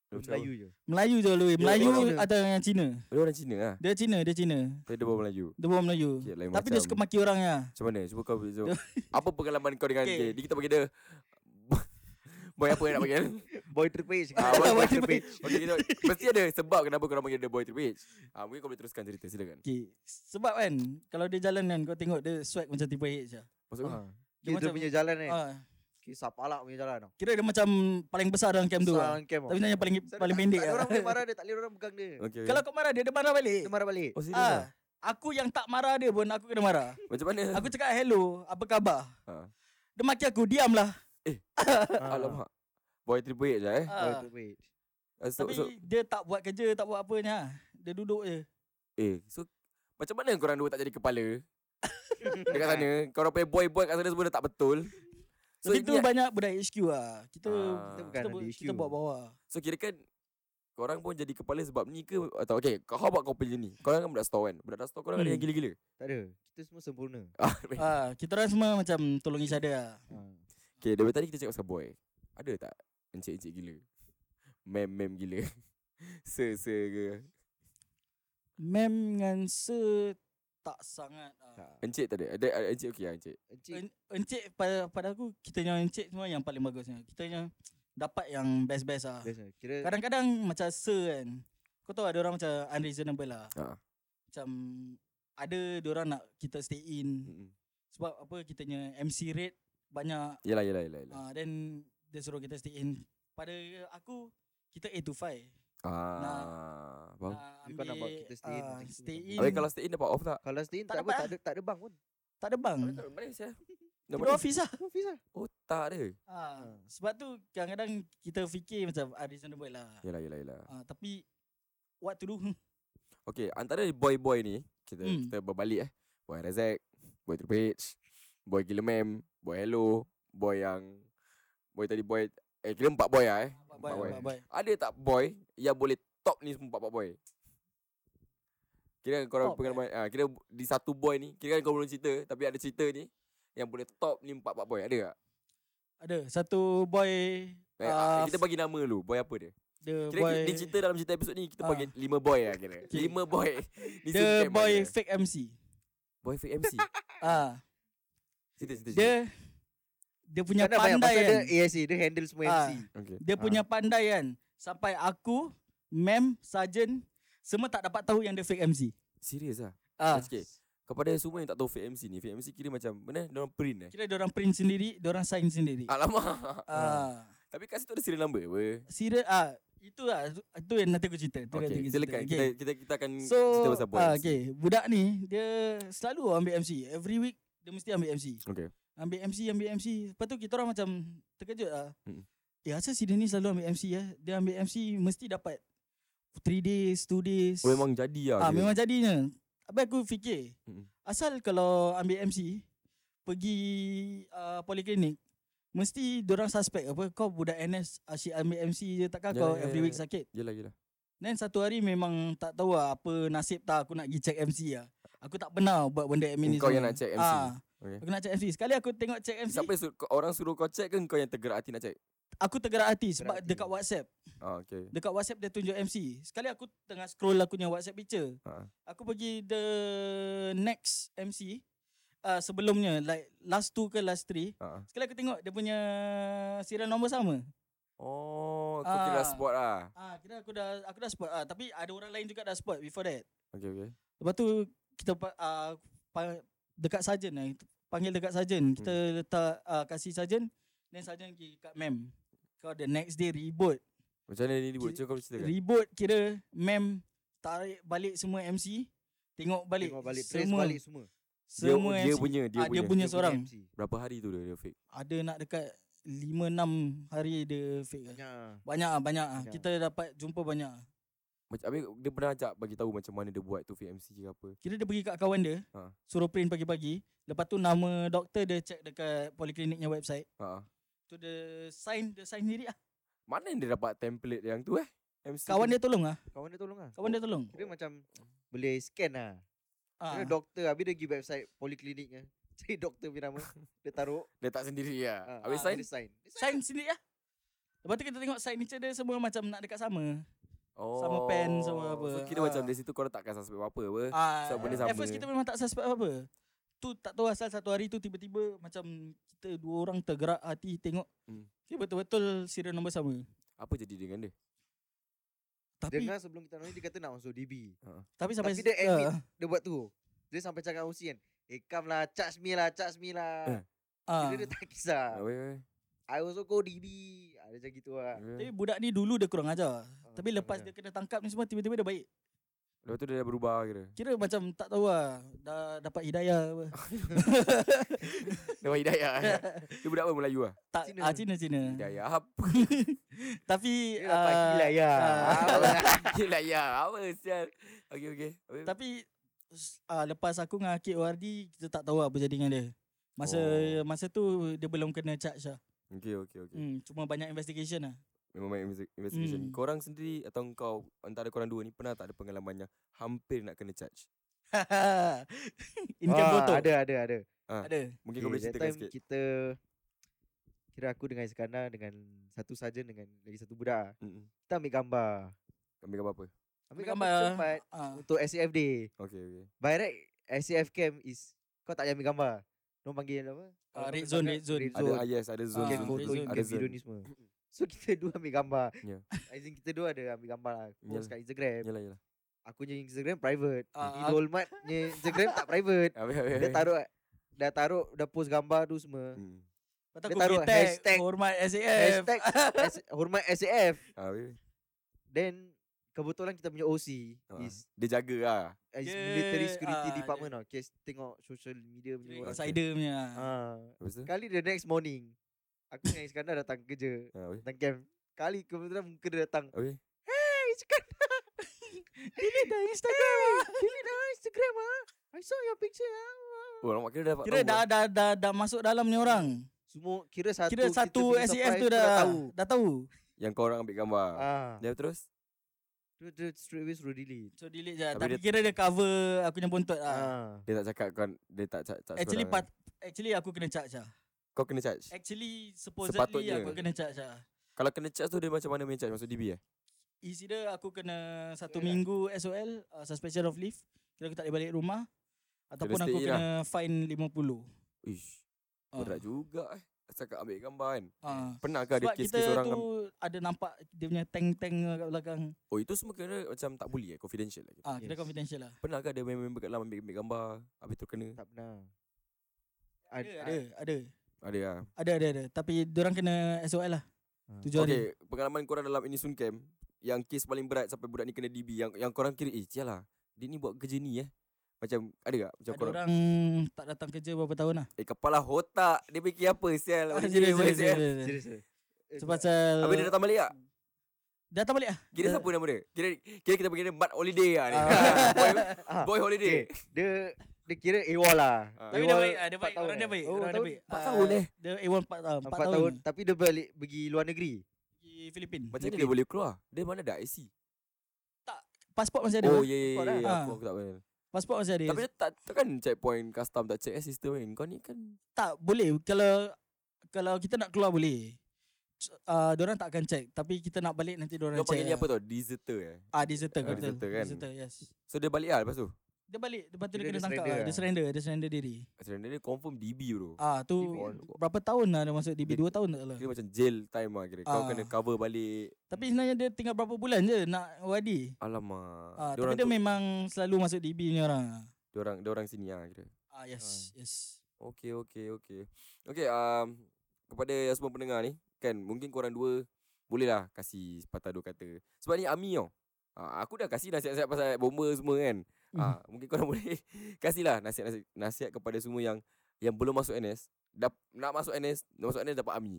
Speaker 2: Melayu je
Speaker 3: Melayu je lebih.
Speaker 1: Dia
Speaker 3: Melayu
Speaker 1: orang
Speaker 2: Cina.
Speaker 3: atau yang Cina.
Speaker 1: Dia orang Cina lah
Speaker 3: Dia Cina, dia Cina.
Speaker 1: Tapi dia bawa Melayu
Speaker 3: Dia bukan Melayu.
Speaker 1: okay, lain
Speaker 3: Tapi dia suka maki orang lah.
Speaker 1: Macam mana Cuba kau cuba. Apa pengalaman kau dengan
Speaker 3: Okay.
Speaker 1: okay. Ni kita panggil dia Boy apa yang nak panggil
Speaker 2: Boy Triple H
Speaker 1: Ah, boy, boy
Speaker 2: Triple H.
Speaker 1: Okay kita Mesti ada sebab kenapa kau panggil dia Boy Triple H ah, Mungkin kau boleh teruskan cerita silakan
Speaker 3: Okay. Sebab kan, kalau dia jalan kan, kau tengok dia swag macam tipe H lah.
Speaker 1: Masuk ah.
Speaker 2: Ah.
Speaker 3: Dia
Speaker 2: Kira dia
Speaker 3: macam-
Speaker 2: punya jalan
Speaker 1: Eh.
Speaker 2: kan
Speaker 3: Ah,
Speaker 2: Kisah palak punya jalan tau.
Speaker 3: kira dia macam paling besar dalam camp tu lah.
Speaker 2: Salam camp tau.
Speaker 3: Tapi sebenarnya paling
Speaker 2: Pasal dia
Speaker 3: paling
Speaker 2: tak-
Speaker 3: pendek
Speaker 2: tak ada
Speaker 3: lah.
Speaker 2: orang boleh marah dia, tak boleh orang pegang dia.
Speaker 1: Okay,
Speaker 3: Kalau kau marah dia, dia marah balik.
Speaker 2: Dia marah balik.
Speaker 1: Oh serius ah.
Speaker 3: Ah, aku yang tak marah dia pun, aku kena marah.
Speaker 1: Macam mana
Speaker 3: Aku cakap hello, apa khabar?
Speaker 1: Ha.
Speaker 3: Dia maki aku, diamlah.
Speaker 2: Ah.
Speaker 1: Alamak Boy Triple H lah eh
Speaker 2: Boy
Speaker 3: Ah,
Speaker 2: Triple H.
Speaker 1: Ah, so,
Speaker 3: Tapi
Speaker 1: so,
Speaker 3: dia tak buat kerja, tak buat apanya. Dia ah. duduk je.
Speaker 1: Eh so Macam mana korang dua tak jadi kepala
Speaker 3: Ah.
Speaker 1: Dekat sana Korang punya boy-boy kat sana semua dah tak betul So,
Speaker 3: So
Speaker 1: ini,
Speaker 3: kita banyak budak HQ lah. Kita
Speaker 1: Ah.
Speaker 3: kita
Speaker 2: Bukan ada
Speaker 3: kita, bu-
Speaker 2: HQ.
Speaker 3: kita buat bawah.
Speaker 1: so kira kan Korang pun jadi kepala sebab ni ke Atau okay How about kau punya ni Korang kan budak store kan Budak dalam store korang ada
Speaker 3: Hmm.
Speaker 1: yang gila-gila
Speaker 2: Tak ada. Kita semua sempurna.
Speaker 3: Ah, kita orang semua macam tolong each other lah.
Speaker 2: Ha.
Speaker 1: Okay daripada tadi kita cakap pasal boy Ada tak Encik-encik gila Mem-mem gila Sir-sir ke
Speaker 3: Mem dengan sir tak sangat ah.
Speaker 2: Tak.
Speaker 1: Encik tak ada Ada ada encik okay lah encik
Speaker 2: Encik
Speaker 3: En- Encik pada pada aku kita yang encik semua yang paling bagusnya. Kita yang dapat yang best-best ah.
Speaker 2: biasa. Kira
Speaker 3: Kadang-kadang macam sir kan. Kau tahu ada orang macam unreasonable lah.
Speaker 1: Ah.
Speaker 3: Macam ada orang nak kita stay in
Speaker 1: Mm-mm.
Speaker 3: sebab apa kitanya MC rate banyak
Speaker 1: Yelah yelah yelah, yelah.
Speaker 3: Ah, then dia suruh kita stay in. Pada aku kita 8 to 5.
Speaker 1: Ah,
Speaker 3: Nah.
Speaker 1: faham.
Speaker 3: Ah,
Speaker 2: Kau nak buat kita stay in
Speaker 3: ah,
Speaker 2: macam kita
Speaker 3: stay
Speaker 2: macam
Speaker 3: in.
Speaker 1: Oh. Habis kalau stay in dapat off tak?
Speaker 2: kalau stay in
Speaker 3: tak
Speaker 2: tak, apa,
Speaker 3: dapat lah.
Speaker 2: tak ada tak ada bang pun.
Speaker 3: tak ada bang.
Speaker 1: Mana saya?
Speaker 3: Tidur office lah.
Speaker 2: Semua Fiz lah.
Speaker 1: Oh tak ada.
Speaker 3: Ah,
Speaker 2: Ah.
Speaker 3: sebab tu kadang-kadang kita fikir macam ah, reasonable lah.
Speaker 1: Yelah yelah yelah.
Speaker 3: Ah, tapi what to do?
Speaker 1: Okay antara boy-boy ni kita
Speaker 3: Hmm.
Speaker 1: kita berbalik eh. Boy Razak, boy Triple H, boy Gila Mem, boy Hello, boy yang boy tadi boy eh kira empat boy lah eh.
Speaker 3: Bye
Speaker 1: Bye-bye.
Speaker 3: bye bye.
Speaker 1: Ada tak boy yang boleh top ni semua empat-empat boy? Kira korang
Speaker 3: Top, eh?
Speaker 1: pengalaman ah kira di satu boy ni kira kan kau belum cerita tapi ada cerita ni yang boleh top ni empat-empat boy ada tak?
Speaker 3: Ada satu boy
Speaker 1: Eh,
Speaker 3: ah,
Speaker 1: kita bagi nama dulu Boy apa dia
Speaker 3: the
Speaker 1: Kira
Speaker 3: boy
Speaker 1: boy. dia cerita dalam cerita episod ni Kita
Speaker 3: Ah.
Speaker 1: panggil lima boy lah kira
Speaker 3: Okay.
Speaker 1: Lima boy Ni
Speaker 3: the
Speaker 1: singkat
Speaker 3: boy
Speaker 1: mana?
Speaker 3: fake MC.
Speaker 1: Boy fake MC
Speaker 3: ah,
Speaker 1: Cerita cerita cerita.
Speaker 3: dia dia punya
Speaker 2: Kadang banyak
Speaker 3: pandai
Speaker 2: pasal
Speaker 3: kan.
Speaker 2: dia ASA dia handle semua
Speaker 3: Ah.
Speaker 2: MC.
Speaker 1: Okay
Speaker 3: Dia punya pandai kan. Sampai aku, mem, sarjan semua tak dapat tahu yang dia fake MC.
Speaker 1: Serius lah
Speaker 3: Ah,
Speaker 1: Okay Kepada semua yang tak tahu fake MC ni Fake MC kira macam Mana dia orang print eh
Speaker 3: Kira orang print sendiri, orang sign sendiri.
Speaker 1: Alamak
Speaker 3: Ah,
Speaker 1: Tapi kat situ ada serial number apa
Speaker 3: serial ah itu lah itu yang nanti aku cerita. Itu nanti
Speaker 1: Okay
Speaker 3: aku cerita.
Speaker 1: silakan kita,
Speaker 3: Okay.
Speaker 1: kita, kita akan
Speaker 3: So,
Speaker 1: Hmm, Cerita pasal boy
Speaker 3: ah,
Speaker 1: MC.
Speaker 3: okay. budak ni dia selalu ambil MC. Every week dia mesti ambil MC.
Speaker 1: Okay
Speaker 3: Ambil MC, ambil MC. Lepas tu kita orang macam terkejut lah.
Speaker 1: Mm.
Speaker 3: Eh, asal si dia ni selalu ambil MC ya? Dia ambil MC mesti dapat 3 days, 2 days.
Speaker 1: Oh memang Hmm. jadi lah
Speaker 3: Ah,
Speaker 1: kira.
Speaker 3: memang jadinya. Habis aku fikir,
Speaker 1: Mm-mm.
Speaker 3: asal kalau ambil MC pergi uh, poliklinik mesti orang suspek apa kau budak NS asyik ambil MC je takkan
Speaker 1: Ya,
Speaker 3: kau
Speaker 1: ya, ya,
Speaker 3: every week
Speaker 1: ya.
Speaker 3: sakit.
Speaker 1: Yelah yelah
Speaker 3: Then satu hari memang tak tahu lah apa nasib tak aku nak pergi check MC lah. Aku tak pernah buat benda admin ni
Speaker 1: Kau yang
Speaker 3: semua.
Speaker 1: nak check MC.
Speaker 3: Ah,
Speaker 1: Okay
Speaker 3: aku nak check MC. Sekali aku tengok check MC,
Speaker 1: Siapa yang suruh, kau- orang suruh kau check ke Kau yang tergerak hati nak check
Speaker 3: aku tergerak hati
Speaker 2: Tergerak
Speaker 3: sebab
Speaker 2: hati.
Speaker 3: dekat WhatsApp.
Speaker 1: Ah okay
Speaker 3: Dekat WhatsApp dia tunjuk MC. Sekali aku tengah scroll aku punya WhatsApp picture.
Speaker 1: Ah.
Speaker 3: Aku pergi the next MC uh, sebelumnya like last two ke last three.
Speaker 1: Ah.
Speaker 3: Sekali aku tengok dia punya serial nombor sama.
Speaker 1: Oh Kau kira
Speaker 3: Ah.
Speaker 1: spot lah
Speaker 3: Ah, kira aku dah aku dah spot. Ah, tapi ada orang lain juga dah spot before that.
Speaker 1: Okay okay
Speaker 3: Lepas tu kita pa- ah, pa- dekat sarjan lah. Panggil dekat sarjan. Kita letak ah, kasih sarjan. Then sarjan pergi kat mem. Kau the next day reboot.
Speaker 1: Macam mana ni ribut?
Speaker 3: Kira-
Speaker 1: Cuba kau ceritakan.
Speaker 3: Reboot kira mem tarik balik semua MC. Tengok balik.
Speaker 2: Tengok balik trace
Speaker 3: semua,
Speaker 2: balik semua.
Speaker 1: Dia,
Speaker 3: Semua
Speaker 1: dia
Speaker 3: MC.
Speaker 1: punya, dia
Speaker 3: Ah,
Speaker 1: punya.
Speaker 3: dia punya
Speaker 2: Dia
Speaker 3: seorang.
Speaker 2: MC.
Speaker 1: Berapa hari tu dia, dia fake?
Speaker 3: Ada nak dekat 5 6 hari dia fake. Banyak
Speaker 2: Ya.
Speaker 3: banyak ah, banyak. ah.
Speaker 2: Banyak.
Speaker 3: Kita dapat jumpa banyak. ah.
Speaker 1: Macam habis dia pernah ajak bagi tahu macam mana dia buat tu fake MC ke apa.
Speaker 3: Kira dia pergi kat kawan dia,
Speaker 1: Ha.
Speaker 3: suruh print pagi-pagi. Lepas tu nama doktor dia check dekat polikliniknya website.
Speaker 1: Ha. ah.
Speaker 3: Tu dia sign, dia sign sendiri ah.
Speaker 1: Mana dia dapat template yang tu eh? MC.
Speaker 3: Kawan dia tolong ah.
Speaker 2: Kawan dia tolong lah.
Speaker 3: Kawan dia tolong.
Speaker 2: Kira macam boleh scan lah.
Speaker 3: Ah.
Speaker 2: Kira doktor habis dia pergi website poliklinik ni. Cari doktor punya nama. Dia taruh.
Speaker 1: dia tak sendiri lah.
Speaker 2: ah,
Speaker 1: Habis
Speaker 3: ah,
Speaker 1: sign?
Speaker 2: Dia sign. Dia
Speaker 3: Sign sendiri ah. Lepas tu kita tengok signature dia semua macam nak dekat sama.
Speaker 1: Oh.
Speaker 3: sama pen, sama apa.
Speaker 1: So kira
Speaker 3: Ah.
Speaker 1: macam dari situ kau takkan suspect apa apa.
Speaker 3: Ah,
Speaker 1: So, benda
Speaker 3: at
Speaker 1: sama.
Speaker 3: first kita memang tak suspect apa-apa. Tu tak tahu asal satu hari tu tiba-tiba macam kita dua orang tergerak hati tengok.
Speaker 1: Hmm.
Speaker 3: Hmm. betul-betul serial nombor sama.
Speaker 1: Apa jadi dengan dia?
Speaker 2: Tapi,
Speaker 3: Tapi
Speaker 2: Dengar sebelum kita naik dia kata nak masuk DB.
Speaker 3: tapi sampai
Speaker 2: tapi dia
Speaker 3: Ah.
Speaker 2: admit. Dia buat tu. Dia sampai cakap dengan OC kan. Eh come lah, charge me lah, charge
Speaker 1: Eh.
Speaker 2: me lah.
Speaker 3: Ah.
Speaker 2: Kira dia tak kisah.
Speaker 1: Ah. Weh, weh.
Speaker 2: I also go DB. Ah, Dia macam gitu lah. Ah, ya.
Speaker 3: Tapi budak ni dulu dia kurang ajar. Tapi
Speaker 1: Ah,
Speaker 2: kurang
Speaker 3: lepas
Speaker 1: ya.
Speaker 2: ajar.
Speaker 3: dia kena tangkap ni semua tiba-tiba dia baik.
Speaker 1: Lepas tu dia dah berubah kira.
Speaker 3: Kira macam tak tahu lah dah dapat hidayah apa.
Speaker 1: Dia buat hidayah. eh. dia budak apa Melayu ah?
Speaker 3: tak
Speaker 2: Cina.
Speaker 3: ah Cina Cina.
Speaker 1: Hidayah apa?
Speaker 3: Tapi
Speaker 2: Dia dapat
Speaker 3: ah,
Speaker 2: gila ya.
Speaker 3: ah,
Speaker 2: Ah,
Speaker 1: Hidayah apa sial? Okay okay Habis-
Speaker 3: Tapi uh, lepas aku dengan Akid Wardi kita tak tahu apa jadi dengan dia. Masa
Speaker 1: Oh.
Speaker 3: oh. masa tu dia belum kena charge lah.
Speaker 1: Okay okay okay
Speaker 3: Hmm, cuma banyak investigation lah.
Speaker 1: Memang main investi- investigation
Speaker 3: Hmm.
Speaker 1: Korang sendiri Atau kau Antara korang dua ni Pernah tak ada pengalaman yang Hampir nak kena charge
Speaker 3: Income photo.
Speaker 2: Ah, Ada ada ada.
Speaker 3: Ada.
Speaker 1: Mungkin kau boleh
Speaker 2: that
Speaker 1: ceritakan
Speaker 2: time
Speaker 1: sikit
Speaker 2: Kita kira aku dengan Iskandar dengan satu sarjan dengan lagi satu budak.
Speaker 1: Mm-mm.
Speaker 2: Kita ambil gambar.
Speaker 1: Ambil gambar apa
Speaker 2: Ambil gambar, gambar cepat
Speaker 3: Ah,
Speaker 2: untuk SAF day.
Speaker 1: Okay okay
Speaker 2: By right SAF camp is kau tak payah ambil gambar. Dia orang panggil apa? Kalau
Speaker 3: red
Speaker 2: kau
Speaker 3: zone,
Speaker 2: tangkap,
Speaker 3: red zone.
Speaker 1: Ada ah, yes Ada zone,
Speaker 3: Ah,
Speaker 2: camp
Speaker 1: zone,
Speaker 2: photo,
Speaker 1: zone.
Speaker 3: zone,
Speaker 1: Ada
Speaker 2: camp video
Speaker 1: zone
Speaker 2: ni semua. So kita dua ambil gambar.
Speaker 1: Ya.
Speaker 2: As in kita dua ada ambil gambar lah.
Speaker 1: Yalah.
Speaker 2: Post kat Instagram.
Speaker 1: Yalah yalah
Speaker 2: Aku punya Instagram private.
Speaker 3: Ah,
Speaker 2: Uh, Idol Mat punya Instagram tak private.
Speaker 1: Habis habis
Speaker 2: Dia taruh dah taruh dah post gambar tu semua.
Speaker 1: Hmm.
Speaker 3: Lepas tu
Speaker 2: Dia
Speaker 3: aku
Speaker 2: taruh
Speaker 3: pergi tag,
Speaker 2: hashtag-
Speaker 3: hormat SAF.
Speaker 2: Hashtag S, hormat SAF.
Speaker 1: Ah, Habis
Speaker 2: Then kebetulan kita punya OC
Speaker 1: Ah.
Speaker 2: is
Speaker 1: Dia jaga lah
Speaker 2: is
Speaker 3: Dia-
Speaker 2: military security
Speaker 3: ah, dia-
Speaker 2: department tau. Kes tengok social media punya orang.
Speaker 3: Insider punya. lah.
Speaker 2: Ah.
Speaker 1: Lepas tu
Speaker 2: Kali the next morning aku dengan Iskandar datang kerja,
Speaker 1: Ah, habis.
Speaker 2: datang camp. Kali kebetulan muka dia datang.
Speaker 1: Habis
Speaker 2: Hey Iskandar. Delete dah Instagram. ah. Delete dah Instagram ah. I saw your picture ah.
Speaker 1: Oh nampak kira dah dapat
Speaker 3: Kira
Speaker 1: tahu
Speaker 3: dah,
Speaker 1: ah.
Speaker 3: dah dah dah masuk dalam ni orang.
Speaker 2: Semua kira satu
Speaker 3: Kira
Speaker 2: kita
Speaker 3: satu
Speaker 2: punya
Speaker 3: SAF
Speaker 2: surprise
Speaker 3: tu dah
Speaker 2: tahu.
Speaker 3: dah tahu.
Speaker 1: Yang korang ambil gambar
Speaker 2: Ah.
Speaker 1: Dia terus
Speaker 2: Dia, dia straight away suruh delete.
Speaker 3: So delete je.
Speaker 1: Tapi
Speaker 3: Tapi
Speaker 1: dia-
Speaker 3: kira dia cover aku punya bontot lah.
Speaker 2: Ah.
Speaker 1: Dia tak cakap kau Dia tak cak cak
Speaker 3: Actually
Speaker 1: seorang
Speaker 3: pat, actually aku kena charge lah.
Speaker 1: eh. Kau kena charge
Speaker 3: Actually supposedly
Speaker 1: Sepatutnya.
Speaker 3: aku kena charge lah.
Speaker 1: Kalau kena charge tu Dia macam mana main charge Maksud DB eh
Speaker 3: Is either aku kena satu minggu SOL, uh, suspension of leave, kira aku tak boleh balik rumah ataupun
Speaker 1: stay
Speaker 3: aku
Speaker 1: in
Speaker 3: kena fine 50.
Speaker 1: Ish
Speaker 3: Ah.
Speaker 1: Berat juga eh Cakap ambil gambar kan
Speaker 3: Ah.
Speaker 1: Pernahkah ada
Speaker 3: Sebab kita
Speaker 1: kes-kes orang kan.
Speaker 3: tu
Speaker 1: am-
Speaker 3: ada nampak dia punya tank-tank kat belakang.
Speaker 1: Oh itu semua kira macam tak boleh eh Confidential lah
Speaker 3: Ah, kira
Speaker 2: Yes.
Speaker 3: confidential lah.
Speaker 1: Pernahkah ada member kat dalam ambil, ambil gambar Habis tu kena
Speaker 2: Tak pernah.
Speaker 3: Ada, ada, ada.
Speaker 1: Ada lah
Speaker 3: Ada, ada, ada. Tapi diorang kena SOL lah.
Speaker 2: Ah.
Speaker 3: Tujuh hari.
Speaker 1: Okay pengalaman korang dalam ini Sun Camp Yang kes paling berat Sampai budak ni kena DB Yang yang korang kira Eh cia lah Dia ni buat kerja ni eh Macam ada tak Macam
Speaker 3: Ada
Speaker 1: korang
Speaker 3: orang tak datang kerja berapa tahun lah.
Speaker 1: Eh kepala otak Dia fikir apa sial
Speaker 3: Ah,
Speaker 1: Orang jenis
Speaker 3: serius, serius,
Speaker 1: boleh sial
Speaker 3: serius, serius.
Speaker 2: Serius. eh? Eh,
Speaker 3: So pasal
Speaker 1: Habis dia datang balik tak?
Speaker 3: datang balik lah.
Speaker 1: Kira
Speaker 3: Dia-
Speaker 1: siapa nama dia? Kira, kira kita panggil dia Mud Holiday lah ni
Speaker 3: Ah.
Speaker 1: boy,
Speaker 2: Ah,
Speaker 1: boy Holiday
Speaker 2: okay. Dia dia kira AWOL lah.
Speaker 1: Ah.
Speaker 3: Tapi dia
Speaker 2: AWOL
Speaker 3: baik, ah, dia
Speaker 2: empat
Speaker 3: baik.
Speaker 2: tahun
Speaker 3: Orang
Speaker 1: kan?
Speaker 3: dia
Speaker 2: eh.
Speaker 3: baik.
Speaker 2: Oh,
Speaker 3: Orang dia
Speaker 2: tahun-
Speaker 3: baik.
Speaker 1: empat
Speaker 3: Ah,
Speaker 1: tahun eh.
Speaker 3: Dia A1 4 tahun. 4
Speaker 2: Empat tahun. Tapi dia balik pergi luar negeri.
Speaker 1: Ah,
Speaker 3: Pergi Filipin.
Speaker 1: Macam mana dia boleh keluar? Dia mana dah IC?
Speaker 3: Pasport masih ada.
Speaker 1: Oh
Speaker 3: bang.
Speaker 1: ya ya
Speaker 2: Kod
Speaker 1: ya
Speaker 2: lah.
Speaker 1: ya,
Speaker 3: Ah.
Speaker 1: Aku, aku tak boleh
Speaker 3: Pasport masih ada.
Speaker 1: Tapi dia tak, takkan checkpoint custom tak check eh sistem kan Kau ni kan
Speaker 3: tak boleh kalau kalau kita nak keluar boleh. Ah, uh, diorang tak akan check tapi kita nak balik nanti diorang
Speaker 1: Kau
Speaker 3: check.
Speaker 1: panggil dia apa tau? Deserter eh
Speaker 3: Ah, deserter,
Speaker 1: Ah,
Speaker 3: betul.
Speaker 1: deserter kan?
Speaker 3: Deserter, yes.
Speaker 1: So dia balik lah lepas tu
Speaker 3: Dia balik, lepas tu dia,
Speaker 2: Kira
Speaker 3: kena
Speaker 2: dia
Speaker 3: tangkap.
Speaker 2: surrender
Speaker 3: Lah. Dia
Speaker 2: lah.
Speaker 3: surrender, dia surrender diri.
Speaker 1: Sebenarnya dia confirm DB bro
Speaker 3: Ah,
Speaker 2: DB.
Speaker 3: tu berapa tahun lah dia masuk DB?
Speaker 1: Dia-
Speaker 3: Dua tahun tak lah.
Speaker 1: Kira macam jail time lah kira Kau
Speaker 3: Ah.
Speaker 1: kena cover balik
Speaker 3: Tapi sebenarnya dia tinggal berapa bulan je nak wadi.
Speaker 1: Alamak
Speaker 3: Ah,
Speaker 1: Diorang
Speaker 3: tapi dia
Speaker 1: tu-
Speaker 3: memang selalu masuk DB ni orang.
Speaker 1: Diorang, diorang sini lah kira
Speaker 3: Ah, yes, yes.
Speaker 1: Okey, okey, okey. Okey, um, kepada yang semua pendengar ni, kan mungkin korang dua bolehlah kasih sepatah dua kata. Sebab ni Ami tau. Ah, aku dah kasih nasihat-nasihat pasal bomba semua kan.
Speaker 3: Hmm.
Speaker 1: Ah, mungkin korang boleh kasihlah nasihat-nasihat nasihat kepada semua yang yang belum masuk NS, dap, nak masuk NS, nak masuk NS dapat Ami.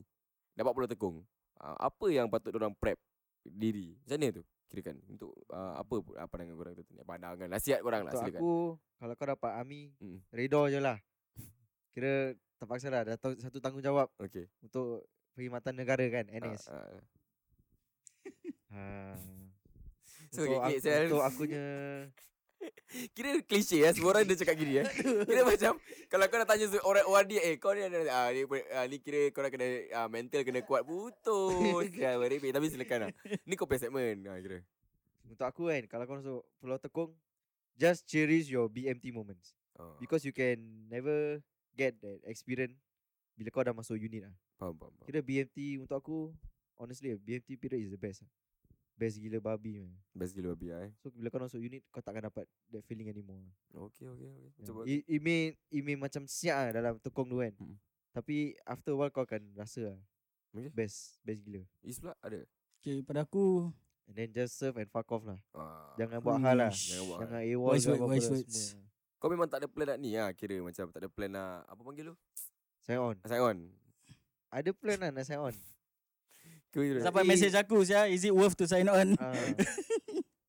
Speaker 1: Dapat Pulau Tekong. Ah, apa yang patut orang prep diri? Macam mana tu? Kirakan untuk ah, apa apa pandangan korang tu? Pandangan nasihat korang lah
Speaker 2: Untuk
Speaker 1: silakan.
Speaker 2: aku kalau kau dapat army,
Speaker 1: Mm.
Speaker 2: redor je lah. Kira terpaksa lah dah tahu satu tanggungjawab
Speaker 1: Okey.
Speaker 2: untuk perkhidmatan negara kan NS.
Speaker 1: Ah, ah.
Speaker 2: Ha.
Speaker 1: So,
Speaker 2: untuk,
Speaker 1: gigit,
Speaker 2: aku,
Speaker 1: Sel.
Speaker 2: untuk aku punya
Speaker 1: Kira klise ya Semua orang dia cakap gini ya Kira macam Kalau kau nak tanya se- orang orang dia Eh kau ni ada ah, ni, pun- ah, ni kira kau kena ah, Mental kena kuat Putus Ya merepek Tapi silakan lah Ni kau punya segmen ah, kira
Speaker 2: untuk aku kan kalau kau masuk Pulau Tekong just cherish your BMT moments
Speaker 1: oh,
Speaker 2: because you can never get that experience bila kau dah masuk unit lah.
Speaker 1: Faham faham, faham.
Speaker 2: Kira BMT untuk aku Honestly BMT period is the best lah. Best gila babi man.
Speaker 1: Best gila babi lah, eh
Speaker 2: So bila kau masuk unit Kau takkan dapat That feeling anymore
Speaker 1: Okay okay okay
Speaker 2: yeah.
Speaker 1: Cuba
Speaker 2: it, it, may, it may macam siak lah Dalam tekong tu kan
Speaker 1: Mm.
Speaker 2: Tapi after a while Kau akan rasa lah
Speaker 1: Okay.
Speaker 2: Best Best gila
Speaker 1: Is pula ada
Speaker 3: Okay, pada aku
Speaker 2: And then just serve and fuck off lah
Speaker 1: ah,
Speaker 2: Jangan buat hal lah
Speaker 3: Uish.
Speaker 1: Jangan buat
Speaker 2: Jangan
Speaker 1: hal.
Speaker 2: AWOL
Speaker 3: Wise
Speaker 2: ke
Speaker 3: word,
Speaker 2: apa-apa
Speaker 3: wise
Speaker 2: lah
Speaker 3: words.
Speaker 2: semua lah.
Speaker 1: Kau memang tak ada plan nak ni lah Kira macam tak ada plan nak Apa panggil lu?
Speaker 2: Sign on
Speaker 1: Sign on
Speaker 2: Ada plan lah nak sign on
Speaker 1: Kira
Speaker 3: Sampai
Speaker 2: Tapi-
Speaker 3: message aku sia, is it worth to sign on?
Speaker 2: uh,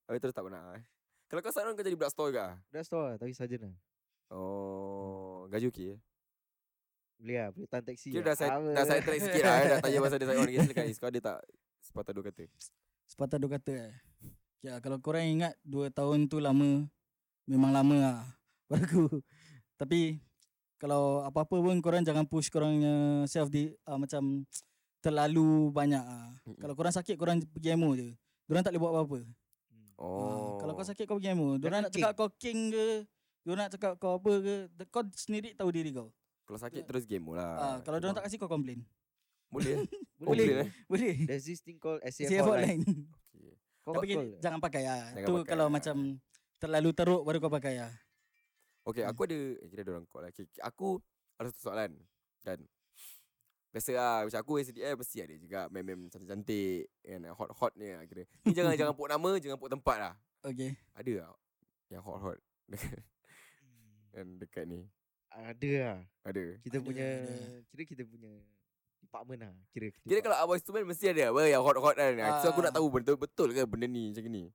Speaker 1: Habis terus tak pernah eh Kalau kau sarang kau jadi budak store ke? ah?
Speaker 2: Dah store lah Tapi sarjan lah
Speaker 1: Oh, gaji okey eh.
Speaker 2: Boleh lah Boleh tahan taksi
Speaker 1: Kira dah saya dah saya track sikit lah eh. Dah tanya pasal dia saya orang silakan Is kau ada tak sepatah dua kata?
Speaker 3: Sepatah dua kata eh. Ya, kalau korang ingat dua tahun tu lama, memang lama lah pada aku. Tapi kalau apa-apa pun korang jangan push korang punya self di uh, macam terlalu banyak ah.
Speaker 1: Mm-mm.
Speaker 3: Kalau korang sakit korang pergi emo je. Diorang tak boleh buat apa-apa.
Speaker 1: Oh.
Speaker 3: Oh. Kalau kau sakit kau pergi emo. Diorang
Speaker 2: Jangan
Speaker 3: nak cakap kau king ke, diorang nak cakap kau apa ke, the- kau sendiri tahu diri kau.
Speaker 1: Kalau sakit terus game lah.
Speaker 3: Ah, kalau diorang tak kasi kau complain.
Speaker 1: boleh. eh? Oh,
Speaker 2: Boleh
Speaker 1: boleh eh.
Speaker 3: Boleh.
Speaker 2: There's this thing called SAF
Speaker 3: Saya
Speaker 2: hotline
Speaker 3: hotline.
Speaker 1: Okey.
Speaker 2: Kau
Speaker 3: Tapi
Speaker 2: call
Speaker 3: jangan pakai ah.
Speaker 1: Jangan
Speaker 3: Tu
Speaker 1: pakai
Speaker 3: kalau
Speaker 1: lah.
Speaker 3: macam terlalu teruk baru kau pakai ah.
Speaker 1: Okay,
Speaker 3: Hmm.
Speaker 1: aku ada eh, Kira dorang call lah okay, okay, Aku ada satu soalan Kan Biasa lah Macam aku SDM Mesti ada juga Mem-mem cantik-cantik kan, Hot-hot ni lah kira Ni jangan jangan put nama Jangan put tempat lah
Speaker 3: Okay.
Speaker 1: Ada lah Yang hot-hot Dekat, kan, dekat ni
Speaker 2: Ada lah
Speaker 1: Ada
Speaker 2: Kita
Speaker 3: Ada,
Speaker 2: punya
Speaker 3: ada.
Speaker 2: Kira kita punya Department lah Kira kita
Speaker 1: Kira kalau abang instrument Mesti ada apa Yang hot-hot kan So aku nak
Speaker 3: Ah.
Speaker 1: tahu Betul-betul ke benda ni Macam ni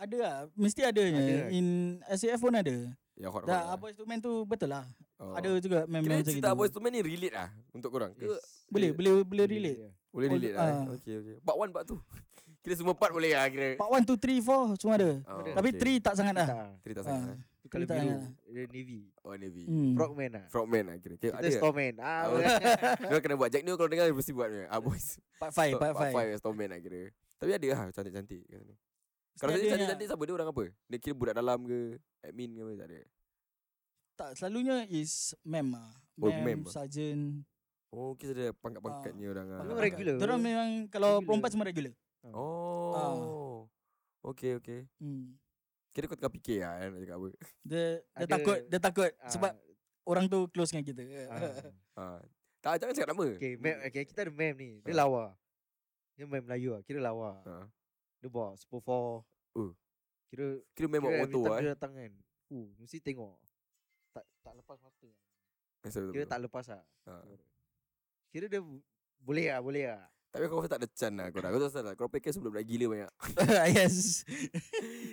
Speaker 3: Ada lah. Mesti ada je.
Speaker 2: Ada.
Speaker 3: In SAF pun ada.
Speaker 1: Yang hot-hot lah.
Speaker 3: Dah ah, Aboy Stuman tu betul lah.
Speaker 1: Oh.
Speaker 3: Ada juga
Speaker 1: Kira
Speaker 3: memang macam
Speaker 1: cerita abang
Speaker 3: gitu.
Speaker 1: instrument ni Relate lah Untuk korang ke
Speaker 2: Yes.
Speaker 3: Boleh, boleh, boleh relate.
Speaker 2: Boleh.
Speaker 1: Boleh
Speaker 3: All-
Speaker 1: relate lah eh?
Speaker 3: ah.
Speaker 1: Okay, okay Part 1, part 2 Kira semua part boleh lah kira
Speaker 3: Part 1, 2, 3, 4 semua ada.
Speaker 1: Oh,
Speaker 2: Ada.
Speaker 3: Tapi
Speaker 1: okay.
Speaker 3: 3 tak sangat lah.
Speaker 2: Tak lah.
Speaker 1: Three tak
Speaker 3: Ah,
Speaker 1: sangat eh?
Speaker 2: Tu kalau
Speaker 3: tak
Speaker 2: biru
Speaker 3: ingat lah.
Speaker 2: Dia navy
Speaker 1: Oh Navy
Speaker 3: Hmm.
Speaker 2: Frogman lah
Speaker 1: Frogman lah kira, kira
Speaker 2: Kita
Speaker 1: Ada
Speaker 2: storeman ah,
Speaker 1: Oh. Dia kena buat Jack Neo kalau dengar Mesti buat punya Ah boys
Speaker 3: Part 5, Eh, part 5.
Speaker 1: Stormman lah kira Tapi ada lah Cantik-cantik kat sana. Kalau
Speaker 3: Mesti
Speaker 1: dia
Speaker 3: ada lah.
Speaker 1: cantik-cantik
Speaker 3: yang-
Speaker 1: Siapa dia orang apa Dia kira budak dalam ke Admin ke apa Tak ada
Speaker 3: Tak, selalunya is mem lah.
Speaker 1: Oh, mem
Speaker 3: Mem,
Speaker 1: ah.
Speaker 3: sarjan.
Speaker 1: Oh kita ada pangkat-pangkatnya
Speaker 3: Ah.
Speaker 1: orang lah
Speaker 2: Pangkat- regular.
Speaker 3: Diorang memang kalau
Speaker 2: Regular.
Speaker 3: perempuan semua regular.
Speaker 2: Ah.
Speaker 1: Oh Okay okay
Speaker 3: Hmm.
Speaker 1: Kira kau tengah fikir lah eh, Nak cakap apa
Speaker 3: Dia, dia
Speaker 2: Ada-
Speaker 3: takut, dia takut
Speaker 2: Ah,
Speaker 3: sebab orang tu close dengan kita.
Speaker 2: ah.
Speaker 1: Ah. Tak jangan cakap nama
Speaker 2: Okay, mem, okay, kita ada mem ni. Dia
Speaker 1: Ah.
Speaker 2: lawa. Dia mem Melayu lah. Kira lawa.
Speaker 1: Ah.
Speaker 2: Dia bawa Super 4.
Speaker 1: Oh.
Speaker 2: Kira,
Speaker 1: Kira memang
Speaker 2: eh, kira every
Speaker 1: auto
Speaker 2: time
Speaker 1: lah
Speaker 2: dia datang kan. Uh, mesti tengok. Tak tak lepas mata. Kira tak lepas lah.
Speaker 1: Ah.
Speaker 2: Kira dia boleh lah, boleh lah.
Speaker 1: Tapi aku rasa tak ada can lah korang Kau tahu pasal tak? Korang pakai sebelum dah gila banyak
Speaker 3: yes.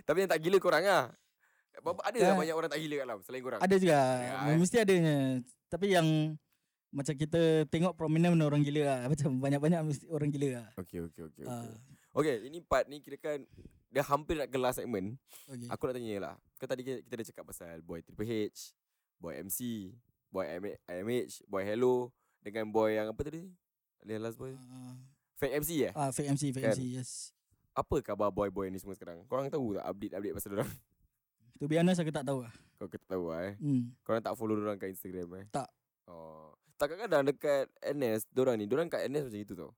Speaker 1: Tapi yang tak gila korang lah Apa- Ada lah
Speaker 2: Eh.
Speaker 3: Ah.
Speaker 1: banyak orang tak gila kat dalam Selain korang
Speaker 3: Ada juga.
Speaker 1: Ya, eh.
Speaker 3: Mesti ada. Tapi yang macam kita tengok prominent orang gila lah. Macam banyak-banyak mesti orang gila lah.
Speaker 1: Okay okay okay
Speaker 3: Ah,
Speaker 1: okay. Okay ini part ni kira kan Dah hampir nak ke last segment
Speaker 2: Hmm.
Speaker 3: okay.
Speaker 1: Aku nak tanya lah Kau tadi kita kita dah cakap pasal Boy Triple H Boy MC Boy M- IMH Boy Hello Dengan boy yang apa tadi Yang last boy Fake MC eh
Speaker 3: Ah, fake MC, fake
Speaker 1: Kan?
Speaker 3: MC, yes.
Speaker 1: Apa khabar boy-boy ni semua sekarang Korang tahu tak update-update pasal orang
Speaker 3: To be honest, aku tak tahu lah.
Speaker 1: Kau kata tahu lah eh
Speaker 3: Hmm.
Speaker 1: Korang tak follow orang kat Instagram eh
Speaker 3: Tak.
Speaker 1: Oh Tak kadang-kadang dekat NS Diorang ni Diorang kat NS macam itu tau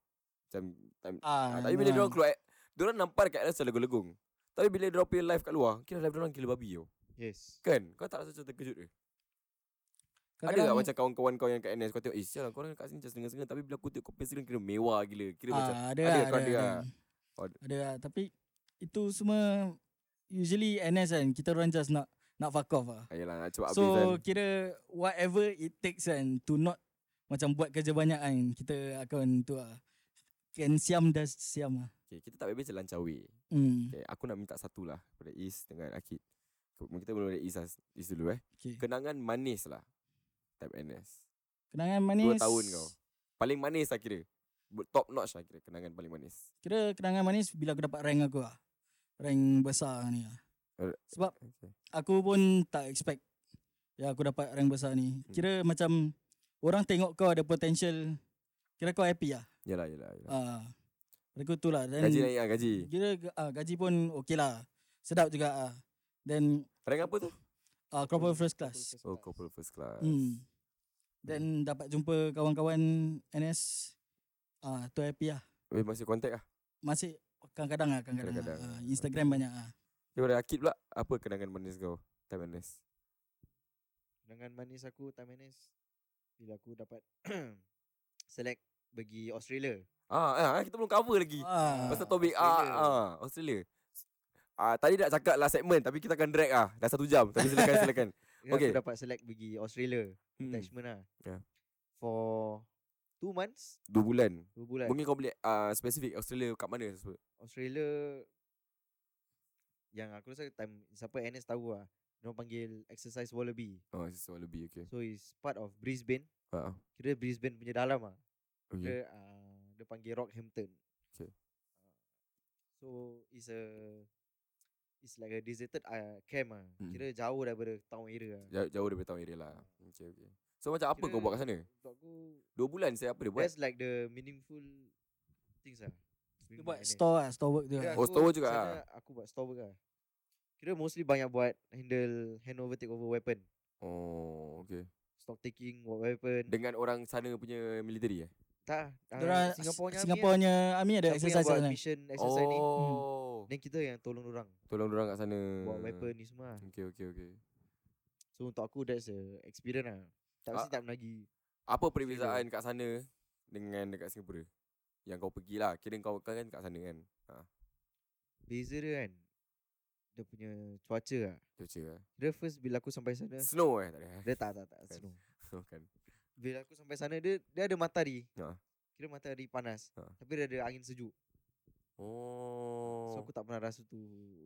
Speaker 1: Macam time, Ah,
Speaker 3: Ah,
Speaker 1: tapi bila diorang keluar Diorang nampak dekat Anas legung-legung Tapi bila diorang play live kat luar Kira live diorang gila babi tau
Speaker 2: Yes.
Speaker 1: Kan Kau tak rasa macam terkejut ke Ada tak macam kawan-kawan kau yang kat NS Kau tengok Eh sial lah korang kat sini macam setengah-setengah Tapi bila aku tengok kau punya Instagram Kira mewah gila Kira
Speaker 3: ah,
Speaker 1: macam
Speaker 3: ada,
Speaker 1: ada,
Speaker 3: ada,
Speaker 1: kau
Speaker 3: ada,
Speaker 1: ada
Speaker 3: ada,
Speaker 1: lah. Oh, ada.
Speaker 3: ada. lah. Tapi itu semua usually NS kan, kita orang just nak nak fuck off lah.
Speaker 1: Ayolah "Ah, nak cepat
Speaker 3: so
Speaker 1: update kan
Speaker 3: kira whatever it takes kan to not macam buat kerja banyak kan, kita akan tu lah. Kan siam dah siam lah.
Speaker 1: okay, Kita tak baik-baik je lancawi
Speaker 3: Hmm.
Speaker 1: okay, Aku nak minta satu lah Daripada Is dengan Akid Kita belum dari Is, lah, Is dulu eh
Speaker 3: Okay.
Speaker 1: Kenangan manis lah Time NS
Speaker 3: Kenangan manis.
Speaker 1: Dua tahun kau Paling manis lah kira Bu- Top notch lah kira Kenangan paling manis
Speaker 3: Kira kenangan manis bila aku dapat rank aku lah. Rank besar ni lah.
Speaker 1: Er-
Speaker 3: Sebab
Speaker 1: okay.
Speaker 3: aku pun tak expect ya aku dapat rank besar
Speaker 1: Hmm.
Speaker 3: ni. Kira macam orang tengok kau ada potential. Kira kau happy lah.
Speaker 1: Yelah yelah, yelah.
Speaker 3: Ah. Uh, aku tu lah.
Speaker 1: Ya.
Speaker 3: Dan
Speaker 1: Gaji naik lah gaji
Speaker 3: Kira uh, gaji pun okey lah. Sedap juga ah. Then
Speaker 1: Rank apa tu?
Speaker 3: uh, corporate first class.
Speaker 1: Oh corporal first class Hmm.
Speaker 3: Hmm. Then dapat jumpa kawan-kawan NS. Ah uh, tu happy lah.
Speaker 1: Weh masih contact lah
Speaker 3: Masih kadang-kadang lah kadang-kadang.
Speaker 1: Kadang-kadang.
Speaker 3: ah. Ah, Instagram banyak ah.
Speaker 1: Daripada Akid pula Apa kenangan manis kau Time NS
Speaker 2: Dengan manis aku, time manis. Bila aku dapat select pergi Australia.
Speaker 1: Ah, ah kita belum cover lagi
Speaker 3: Ah.
Speaker 1: Pasal topik ah,
Speaker 2: Australia.
Speaker 1: ah Australia Ah, tadi nak cakap lah segmen Tapi kita akan drag ah Dah satu jam Tapi silakan silakan
Speaker 2: Kira
Speaker 1: Okay.
Speaker 2: Aku dapat select pergi Australia.
Speaker 1: hmm.
Speaker 2: Attachment lah.
Speaker 1: Yeah.
Speaker 2: For two months,
Speaker 1: Dua bulan
Speaker 2: dua bulan.
Speaker 1: Mungkin kau boleh ah, Spesifik Australia kat mana
Speaker 2: Australia yang aku rasa time siapa NS tahu lah. Dia orang panggil exercise wallaby.
Speaker 1: Oh, it's all lebih okay.
Speaker 2: So it's part of Brisbane.
Speaker 1: Ha.
Speaker 2: Kira Brisbane punya dalam ah.
Speaker 1: Okay.
Speaker 2: Dia uh, dia panggil Rockhampton.
Speaker 1: Okay.
Speaker 2: Ah, so it's a it's like a deserted uh, camp ah.
Speaker 1: Mm.
Speaker 2: Kira jauh daripada town area ah.
Speaker 1: Jauh, jauh daripada town area lah. Okay, okay. So macam apa kau buat kat sana?
Speaker 2: Untuk aku
Speaker 1: Dua bulan saya apa dia buat?
Speaker 2: that's like the meaningful things ah.
Speaker 3: Dia
Speaker 2: during
Speaker 3: buat
Speaker 2: my NS.
Speaker 3: store lah, store work dia.
Speaker 2: Kira
Speaker 1: Oh,
Speaker 2: Ya, aku
Speaker 1: store work juga
Speaker 2: sana Aku buat store work ah. Kira mostly banyak buat handle handover takeover weapon.
Speaker 1: Oh, okay.
Speaker 2: Stock taking wa- weapon.
Speaker 1: Dengan orang sana punya military eh?
Speaker 2: tak
Speaker 3: Diorang-
Speaker 2: uh, Singapore punya
Speaker 3: Singapore punya
Speaker 1: lah.
Speaker 3: army ada exercise lah kat
Speaker 2: buat
Speaker 3: sana.
Speaker 2: mission exercise ni.
Speaker 1: Oh.
Speaker 2: Then kita yang tolong orang
Speaker 1: Tolong orang kat sana.
Speaker 2: Hmm. buat weapon ni semua. lah.
Speaker 1: Okay, okay, okay.
Speaker 2: So untuk aku that's a experience lah. Tak mesti
Speaker 1: Ah.
Speaker 2: tak lagi.
Speaker 1: Apa perbezaan kat sana dengan dekat Singapura? Yang kau pergi lah. Kira kau kau kan kat sana kan? Ha.
Speaker 2: Beza dia kan. Dia punya cuaca lah.
Speaker 1: Cuaca lah.
Speaker 2: Dia first bila aku sampai sana.
Speaker 1: Snow eh? Tak ada. eh?
Speaker 2: Dia tak tak tak
Speaker 1: Kan.
Speaker 2: snow.
Speaker 1: Snow kan.
Speaker 2: Bila aku sampai sana dia dia ada matahari.
Speaker 1: Ah.
Speaker 2: Kira matahari panas.
Speaker 1: Ah.
Speaker 2: Tapi dia ada angin sejuk.
Speaker 1: Oh.
Speaker 2: So aku tak pernah rasa tu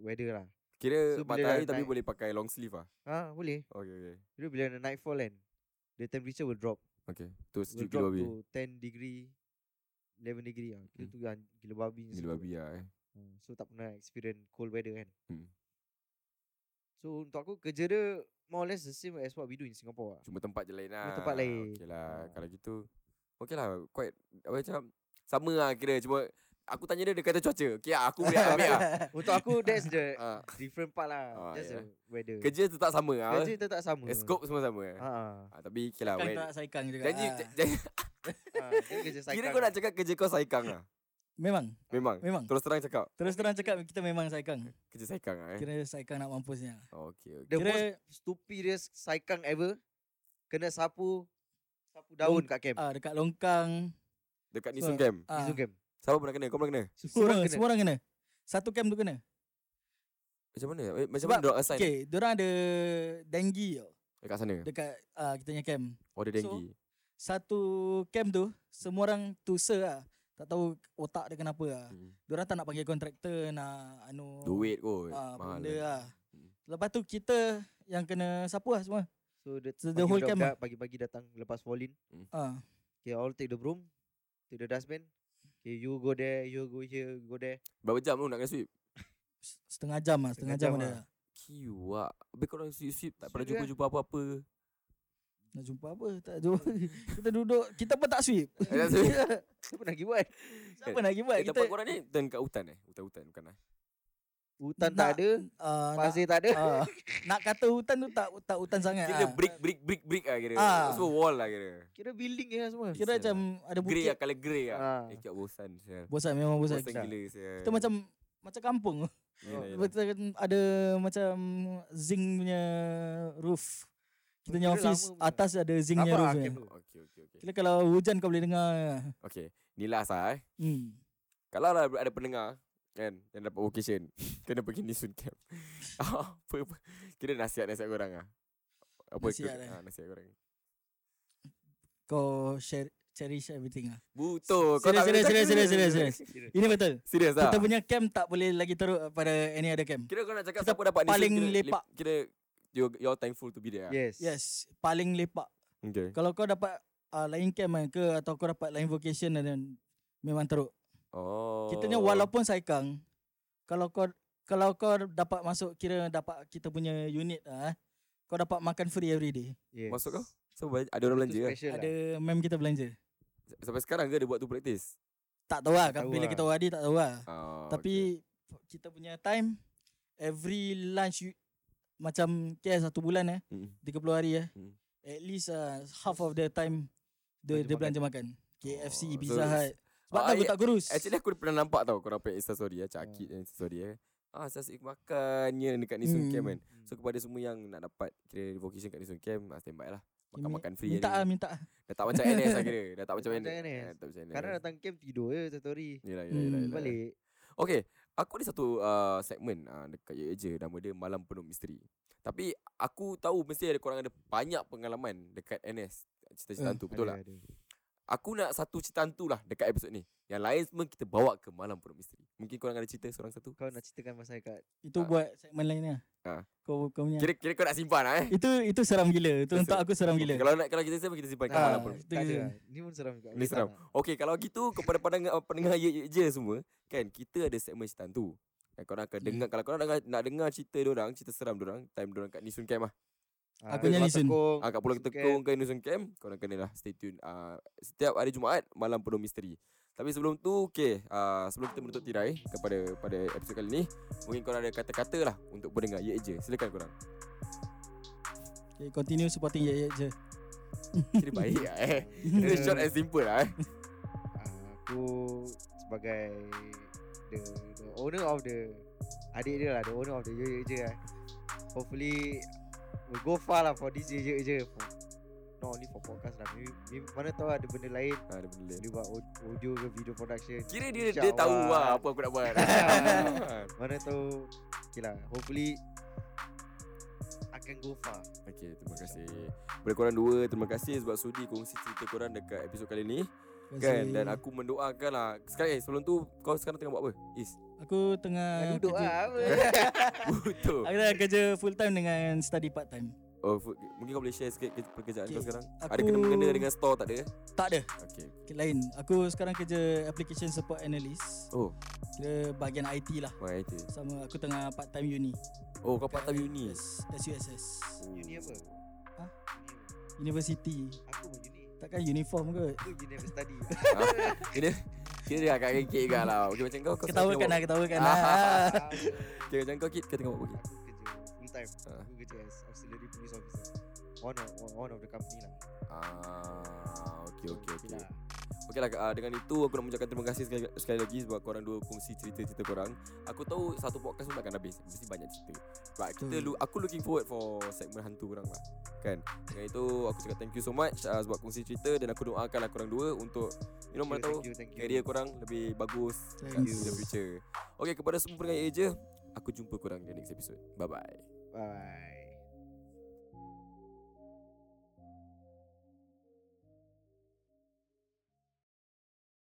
Speaker 2: weather lah.
Speaker 1: Kira
Speaker 2: so bila
Speaker 1: matahari
Speaker 2: dah
Speaker 1: tapi
Speaker 2: naik-
Speaker 1: boleh pakai long sleeve ah.
Speaker 2: Ha boleh.
Speaker 1: Okay, okay.
Speaker 2: Kira bila ada nightfall kan. The temperature will drop.
Speaker 1: Okay. Tu
Speaker 2: Will
Speaker 1: sejuk gila
Speaker 2: drop
Speaker 1: babi.
Speaker 2: to 10 degree. 11 degree lah. Kira
Speaker 1: Hmm.
Speaker 2: tu yang gila babi.
Speaker 1: Gila
Speaker 2: sejuk.
Speaker 1: babi lah eh.
Speaker 2: Hmm, So tak pernah experience cold weather kan
Speaker 1: Hmm.
Speaker 2: So untuk aku kerja dia More or less the same as what we do in Singapore lah
Speaker 1: Cuma tempat je lain lah.
Speaker 2: tempat lain.
Speaker 1: Okay lah.
Speaker 2: Ah.
Speaker 1: Kalau gitu. Okay lah. Quite. Apa macam. Sama lah kira. Cuma. Aku tanya dia. Dia kata cuaca. Okay lah. Aku boleh lah, ambil lah.
Speaker 2: Untuk aku that's the
Speaker 1: Ah,
Speaker 2: different part
Speaker 1: Ah,
Speaker 2: lah Just
Speaker 1: yeah.
Speaker 2: the weather
Speaker 1: kerja tu tak sama lah.
Speaker 2: Kerja tetap sama
Speaker 1: Eh, scope semua sama eh.
Speaker 2: ha, ah,
Speaker 1: Ah, tapi okay lah.
Speaker 3: Kan
Speaker 1: when-
Speaker 3: tak saikan juga.
Speaker 1: Janji,
Speaker 3: Ah.
Speaker 1: j- janji
Speaker 2: ah, dia kerja
Speaker 1: kira
Speaker 2: saikang
Speaker 1: kau nak
Speaker 2: lah.
Speaker 1: cakap kerja kau saikang lah.
Speaker 3: Memang,
Speaker 1: Memang.
Speaker 3: memang.
Speaker 1: Terus terang cakap
Speaker 3: Terus terang cakap kita memang saikang.
Speaker 1: kerja saikang lah eh.
Speaker 3: Kira saikang nak mampusnya.
Speaker 1: Oh, okay, okay.
Speaker 2: The
Speaker 3: Kira-
Speaker 2: most stupidest saikang ever Kena sapu Sapu daun
Speaker 3: Long-
Speaker 2: kat camp
Speaker 3: Ah dekat Longkang.
Speaker 1: Dekat
Speaker 3: so-
Speaker 1: Nisun Camp.
Speaker 3: Ah,
Speaker 2: Izu camp
Speaker 1: Siapa pernah kena? Kau pernah kena? Kan?
Speaker 2: Semua
Speaker 3: semua,
Speaker 2: orang kena
Speaker 3: semua orang kena. Satu camp tu kena.
Speaker 1: Macam mana? Eh, Macam
Speaker 3: Sebab-
Speaker 1: mana dia assign
Speaker 3: Okay, diorang ada dengue tau
Speaker 1: dekat sana?
Speaker 3: dekat ah kita punya camp.
Speaker 1: Oh, dia
Speaker 3: so-
Speaker 1: dengki.
Speaker 3: Satu camp tu semua orang tusa lah. Tak tahu otak dia kenapa lah.
Speaker 1: Hmm.
Speaker 3: Diorang tak nak panggil kontraktor nak anu
Speaker 1: Duit kot.
Speaker 3: ah,
Speaker 1: Mahal.
Speaker 3: benda
Speaker 1: lah.
Speaker 3: lah.
Speaker 1: Hmm.
Speaker 3: Lepas tu kita yang kena sapu lah semua.
Speaker 2: So the,
Speaker 3: So, the whole camp
Speaker 2: budak Pagi-pagi datang lepas fall in
Speaker 3: Ah.
Speaker 2: Okay all take the broom Take the dustbin Okay you go there You go here you Go there
Speaker 1: Berapa jam lu nak kena sweep?
Speaker 3: s- Setengah jam lah Setengah jam,
Speaker 2: Setengah jam
Speaker 3: ada lah.
Speaker 1: Kiwa. Habis kau orang sweep-sweep tak pernah
Speaker 2: Sweep
Speaker 3: kan?
Speaker 2: dia.
Speaker 1: jumpa-jumpa apa-apa.
Speaker 3: Nak jumpa apa Tak jumpa Kita duduk Kita pun tak sweep
Speaker 1: Eh, tak sweep.
Speaker 2: Siapa nak pergi buat
Speaker 3: Siapa nak gibat
Speaker 1: Eh,
Speaker 3: Kita
Speaker 1: tempat korang ni dan kat hutan eh? Hutan-hutan bukan eh?
Speaker 2: Hutan tak
Speaker 3: Nak-
Speaker 2: ada
Speaker 3: ah, nak,
Speaker 2: Pasir tak ada
Speaker 3: ah, nak kata hutan tu Tak tak hutan sangat
Speaker 1: Kira
Speaker 3: ah.
Speaker 1: brick, brick, brick, brick lah kira.
Speaker 3: Ah.
Speaker 1: Semua wall lah kira.
Speaker 2: Kira building je lah semua
Speaker 3: Kira
Speaker 1: Sial
Speaker 3: macam Ada
Speaker 1: Grey
Speaker 3: bukit
Speaker 1: lah, colour grey lah.
Speaker 2: Ah.
Speaker 1: Eh, kiak bosan. sial.
Speaker 3: Bosan memang bosan lah.
Speaker 1: Bosan gila. sial.
Speaker 3: Kita macam Macam kampung
Speaker 1: Yelah, yelah.
Speaker 3: Kita Ada macam Zinc punya Roof Kita punya
Speaker 2: Kira
Speaker 3: office
Speaker 2: lama punya.
Speaker 3: Atas ada zinc punya
Speaker 2: Rabak
Speaker 3: roof
Speaker 2: lah
Speaker 3: punya.
Speaker 2: camp tu.
Speaker 1: Okay, okay, okay.
Speaker 3: Kira kalau hujan kau boleh dengar
Speaker 1: Okay, inilah asal eh.
Speaker 3: Hmm
Speaker 1: Kalau lah ada pendengar kan yang dapat vocation kena pergi ni sun camp. apa, apa kira nasihat-nasihat korang ah. Apa
Speaker 3: Nasihat,
Speaker 1: ikut-
Speaker 3: eh.
Speaker 1: ah, nasihat korang.
Speaker 3: Kau share cherish everything lah
Speaker 1: Butuh kau
Speaker 3: Serius,
Speaker 1: tak boleh
Speaker 3: serius,
Speaker 1: cakap-
Speaker 3: serius, serius, serius. Ini betul
Speaker 1: Serius ah.
Speaker 2: lah.
Speaker 3: Kita punya camp tak boleh lagi teruk pada any other camp.
Speaker 1: Kira kau nak cakap
Speaker 3: kita
Speaker 1: siapa dapat ni sun,
Speaker 3: paling
Speaker 1: kira, lep-
Speaker 3: lepak.
Speaker 1: Kira you you're thankful to be there. ah.
Speaker 2: Yes
Speaker 3: Yes, paling lepak.
Speaker 1: Okay.
Speaker 3: Kalau kau dapat uh, lain camp kan ke atau kau dapat lain vocation dan memang teruk.
Speaker 1: Oh.
Speaker 3: Kita ni walaupun saikang, kalau kau kalau kau dapat masuk kira dapat kita punya unit ah, eh, kau dapat makan free every day.
Speaker 2: yes.
Speaker 1: masuk kau? So bel- ada orang belanja lah.
Speaker 3: Ada mem kita belanja.
Speaker 1: Sampai sekarang ke dia buat tu praktis?
Speaker 3: Tak tahu lah
Speaker 2: Tak
Speaker 3: kan
Speaker 2: tahu
Speaker 3: bila
Speaker 2: lah.
Speaker 3: kita wadi tak tahu lah.
Speaker 1: Oh,
Speaker 3: Tapi kita punya time every lunch you, macam KL satu bulan eh
Speaker 1: okay. Mm.
Speaker 3: 30 hari eh.
Speaker 1: Hmm.
Speaker 3: At least uh, half of the time dia
Speaker 2: Belanja
Speaker 3: dia belanja makan. KFC,
Speaker 1: Oh,
Speaker 3: Pizza
Speaker 1: so-
Speaker 3: Hut. Sebab
Speaker 1: Ah,
Speaker 3: tak aku
Speaker 1: yeah,
Speaker 3: tak kurus.
Speaker 1: Actually aku pernah nampak tau korang punya Insta story ya, Cak Akid yeah. Insta story eh. Ah, saya asyik makan ya dekat Nisun
Speaker 3: Hmm.
Speaker 1: Camp kan. So kepada semua yang nak dapat kira vocation kat Nisun Camp, ah, stand by lah. Makan-makan free
Speaker 3: Minta ah,
Speaker 1: hari ni.
Speaker 3: minta. ah.
Speaker 1: Dah tak macam NS lah kira. Dah tak macam
Speaker 2: tak
Speaker 1: NS.
Speaker 2: macam NS.
Speaker 1: Ah, tak macam NS.
Speaker 2: Karena datang camp tidur je satu hari
Speaker 1: Yelah, yelah, yelah,
Speaker 3: Hmm.
Speaker 1: yelah.
Speaker 2: Balik
Speaker 1: Okay. Aku ada satu uh, segmen uh, dekat Ye Je nama dia Malam Penuh Misteri. Tapi aku tahu mesti ada korang ada banyak pengalaman dekat NS. Cerita-cerita
Speaker 3: Eh,
Speaker 1: hantu betul lah. tak?
Speaker 2: Ada, ada.
Speaker 1: Aku nak satu cerita hantu lah dekat episod ni. Yang lain semua kita bawa ke malam penuh misteri. Mungkin korang ada cerita seorang satu.
Speaker 2: Kau nak ceritakan pasal kat
Speaker 3: Itu
Speaker 1: Ah.
Speaker 3: buat segmen lain lah.
Speaker 1: Ah.
Speaker 3: Kau kau punya.
Speaker 1: Kira kira kau nak simpan lah eh.
Speaker 3: Itu itu seram gila. Itu
Speaker 1: Itu
Speaker 3: untuk aku seram gila.
Speaker 1: Kalau nak kalau kita simpan kita simpan ke
Speaker 3: Ah.
Speaker 1: malam penuh.
Speaker 3: pun.
Speaker 2: Tak ada
Speaker 3: Itu-
Speaker 2: lah. Ni pun seram juga.
Speaker 1: Ni
Speaker 2: Aku tak
Speaker 1: seram.
Speaker 2: nak.
Speaker 1: Okay kalau gitu kepada pendengar uh, pendengar ye, ye je semua kan kita ada segmen cerita hantu. Kan korang akan
Speaker 3: Ya.
Speaker 1: dengar kalau korang nak, nak dengar cerita orang cerita seram orang time orang kat Nisun Camp lah.
Speaker 2: Ah,
Speaker 3: Aku punya
Speaker 2: Pulau
Speaker 3: listen.
Speaker 2: Tekong,
Speaker 1: Ah, kat Pulau
Speaker 2: Nisun
Speaker 1: Tekong
Speaker 2: Camp.
Speaker 1: ke Nisun Camp korang kena lah stay tune. Ah, setiap hari Jumaat malam penuh misteri. Tapi sebelum tu okay, ah, sebelum kita menutup tirai kepada pada episod kali ni mungkin korang ada kata-kata lah untuk pendengar ye je. Silakan korang.
Speaker 3: Okay, continue supporting Yek Yek je.
Speaker 1: Kira baik
Speaker 2: Ya.
Speaker 1: lah eh. Kira short and simple lah eh.
Speaker 2: Ah, Aku sebagai the, the owner of the adik dia lah, the owner of the Ye Ye Je lah. Hopefully we'll go far lah for this Ye Ye Je. For, not only for podcast lah. Maybe, maybe mana tahu ada benda lain
Speaker 1: Ah, ada benda lain.
Speaker 2: boleh buat au- audio ke video production.
Speaker 1: Kira dia dia tahu lah apa aku nak buat.
Speaker 2: Mana tahu Okay lah Hopefully Akan go far
Speaker 1: Okay, terima kasih. Kepada korang dua, terima kasih sebab sudi kongsi cerita korang dekat episod kali ni. Kan? Dan aku mendoakan lah. Sekarang, eh, sebelum tu, kau sekarang tengah buat apa? Is.
Speaker 3: aku tengah
Speaker 2: Dah duduk
Speaker 3: kerja.
Speaker 2: lah apa
Speaker 1: Betul.
Speaker 3: Aku dah kerja full time dengan study part time.
Speaker 1: Oh, fu- mungkin kau boleh share sikit ke- pekerjaan okay. kau
Speaker 3: Okay,
Speaker 1: sekarang?
Speaker 3: aku-
Speaker 1: Ada kena-mengena dengan store tak ada? eh?
Speaker 3: Tak ada.
Speaker 1: Okay.
Speaker 3: Okay, lain. Aku sekarang kerja application support analyst.
Speaker 1: Oh,
Speaker 3: Kira bahagian IT lah.
Speaker 1: wah itu.
Speaker 3: Sama aku tengah part time uni.
Speaker 1: Oh, kau part time uni.
Speaker 3: S- SUSS.
Speaker 2: Uni apa? Uni
Speaker 3: Hah?
Speaker 2: apa?
Speaker 3: University.
Speaker 2: Aku pun uni
Speaker 3: Takkan uniform kot.
Speaker 2: Aku you never study
Speaker 1: Ha? Kira, kira dia agak kekek juga lah. Okay, macam kau, kau sekarang tengah
Speaker 3: Ketawakan lah,
Speaker 1: buat-
Speaker 3: ketawakan
Speaker 1: Ah.
Speaker 3: lah.
Speaker 1: Okay, macam kau, Kit, kau tengah buat apa? Kit?
Speaker 2: Aku kerja full time
Speaker 1: Ah.
Speaker 2: Aku kerja as auxiliary police officer One of, one- one of the company lah
Speaker 1: Ah, okay,
Speaker 2: So,
Speaker 1: okay, okay.
Speaker 2: lah.
Speaker 1: Okey lah uh, dengan itu aku nak mengucapkan terima kasih sekali, sekali lagi sebab korang dua kongsi cerita-cerita korang. Aku tahu satu podcast pun takkan habis. Mesti banyak cerita. But kita
Speaker 2: Hmm.
Speaker 1: lu,
Speaker 3: Betul.
Speaker 1: aku looking forward for segmen hantu korang lah. Kan? Dengan itu aku cakap thank you so much uh, sebab kongsi cerita dan aku doakanlah korang dua untuk you know mana tahu
Speaker 2: Thank you, thank you, thank you.
Speaker 1: career korang lebih bagus kat
Speaker 3: Thank
Speaker 1: in the
Speaker 3: you.
Speaker 1: future. Okey kepada semua pendengar Aja, aku jumpa korang di next episode. Bye bye.
Speaker 2: Bye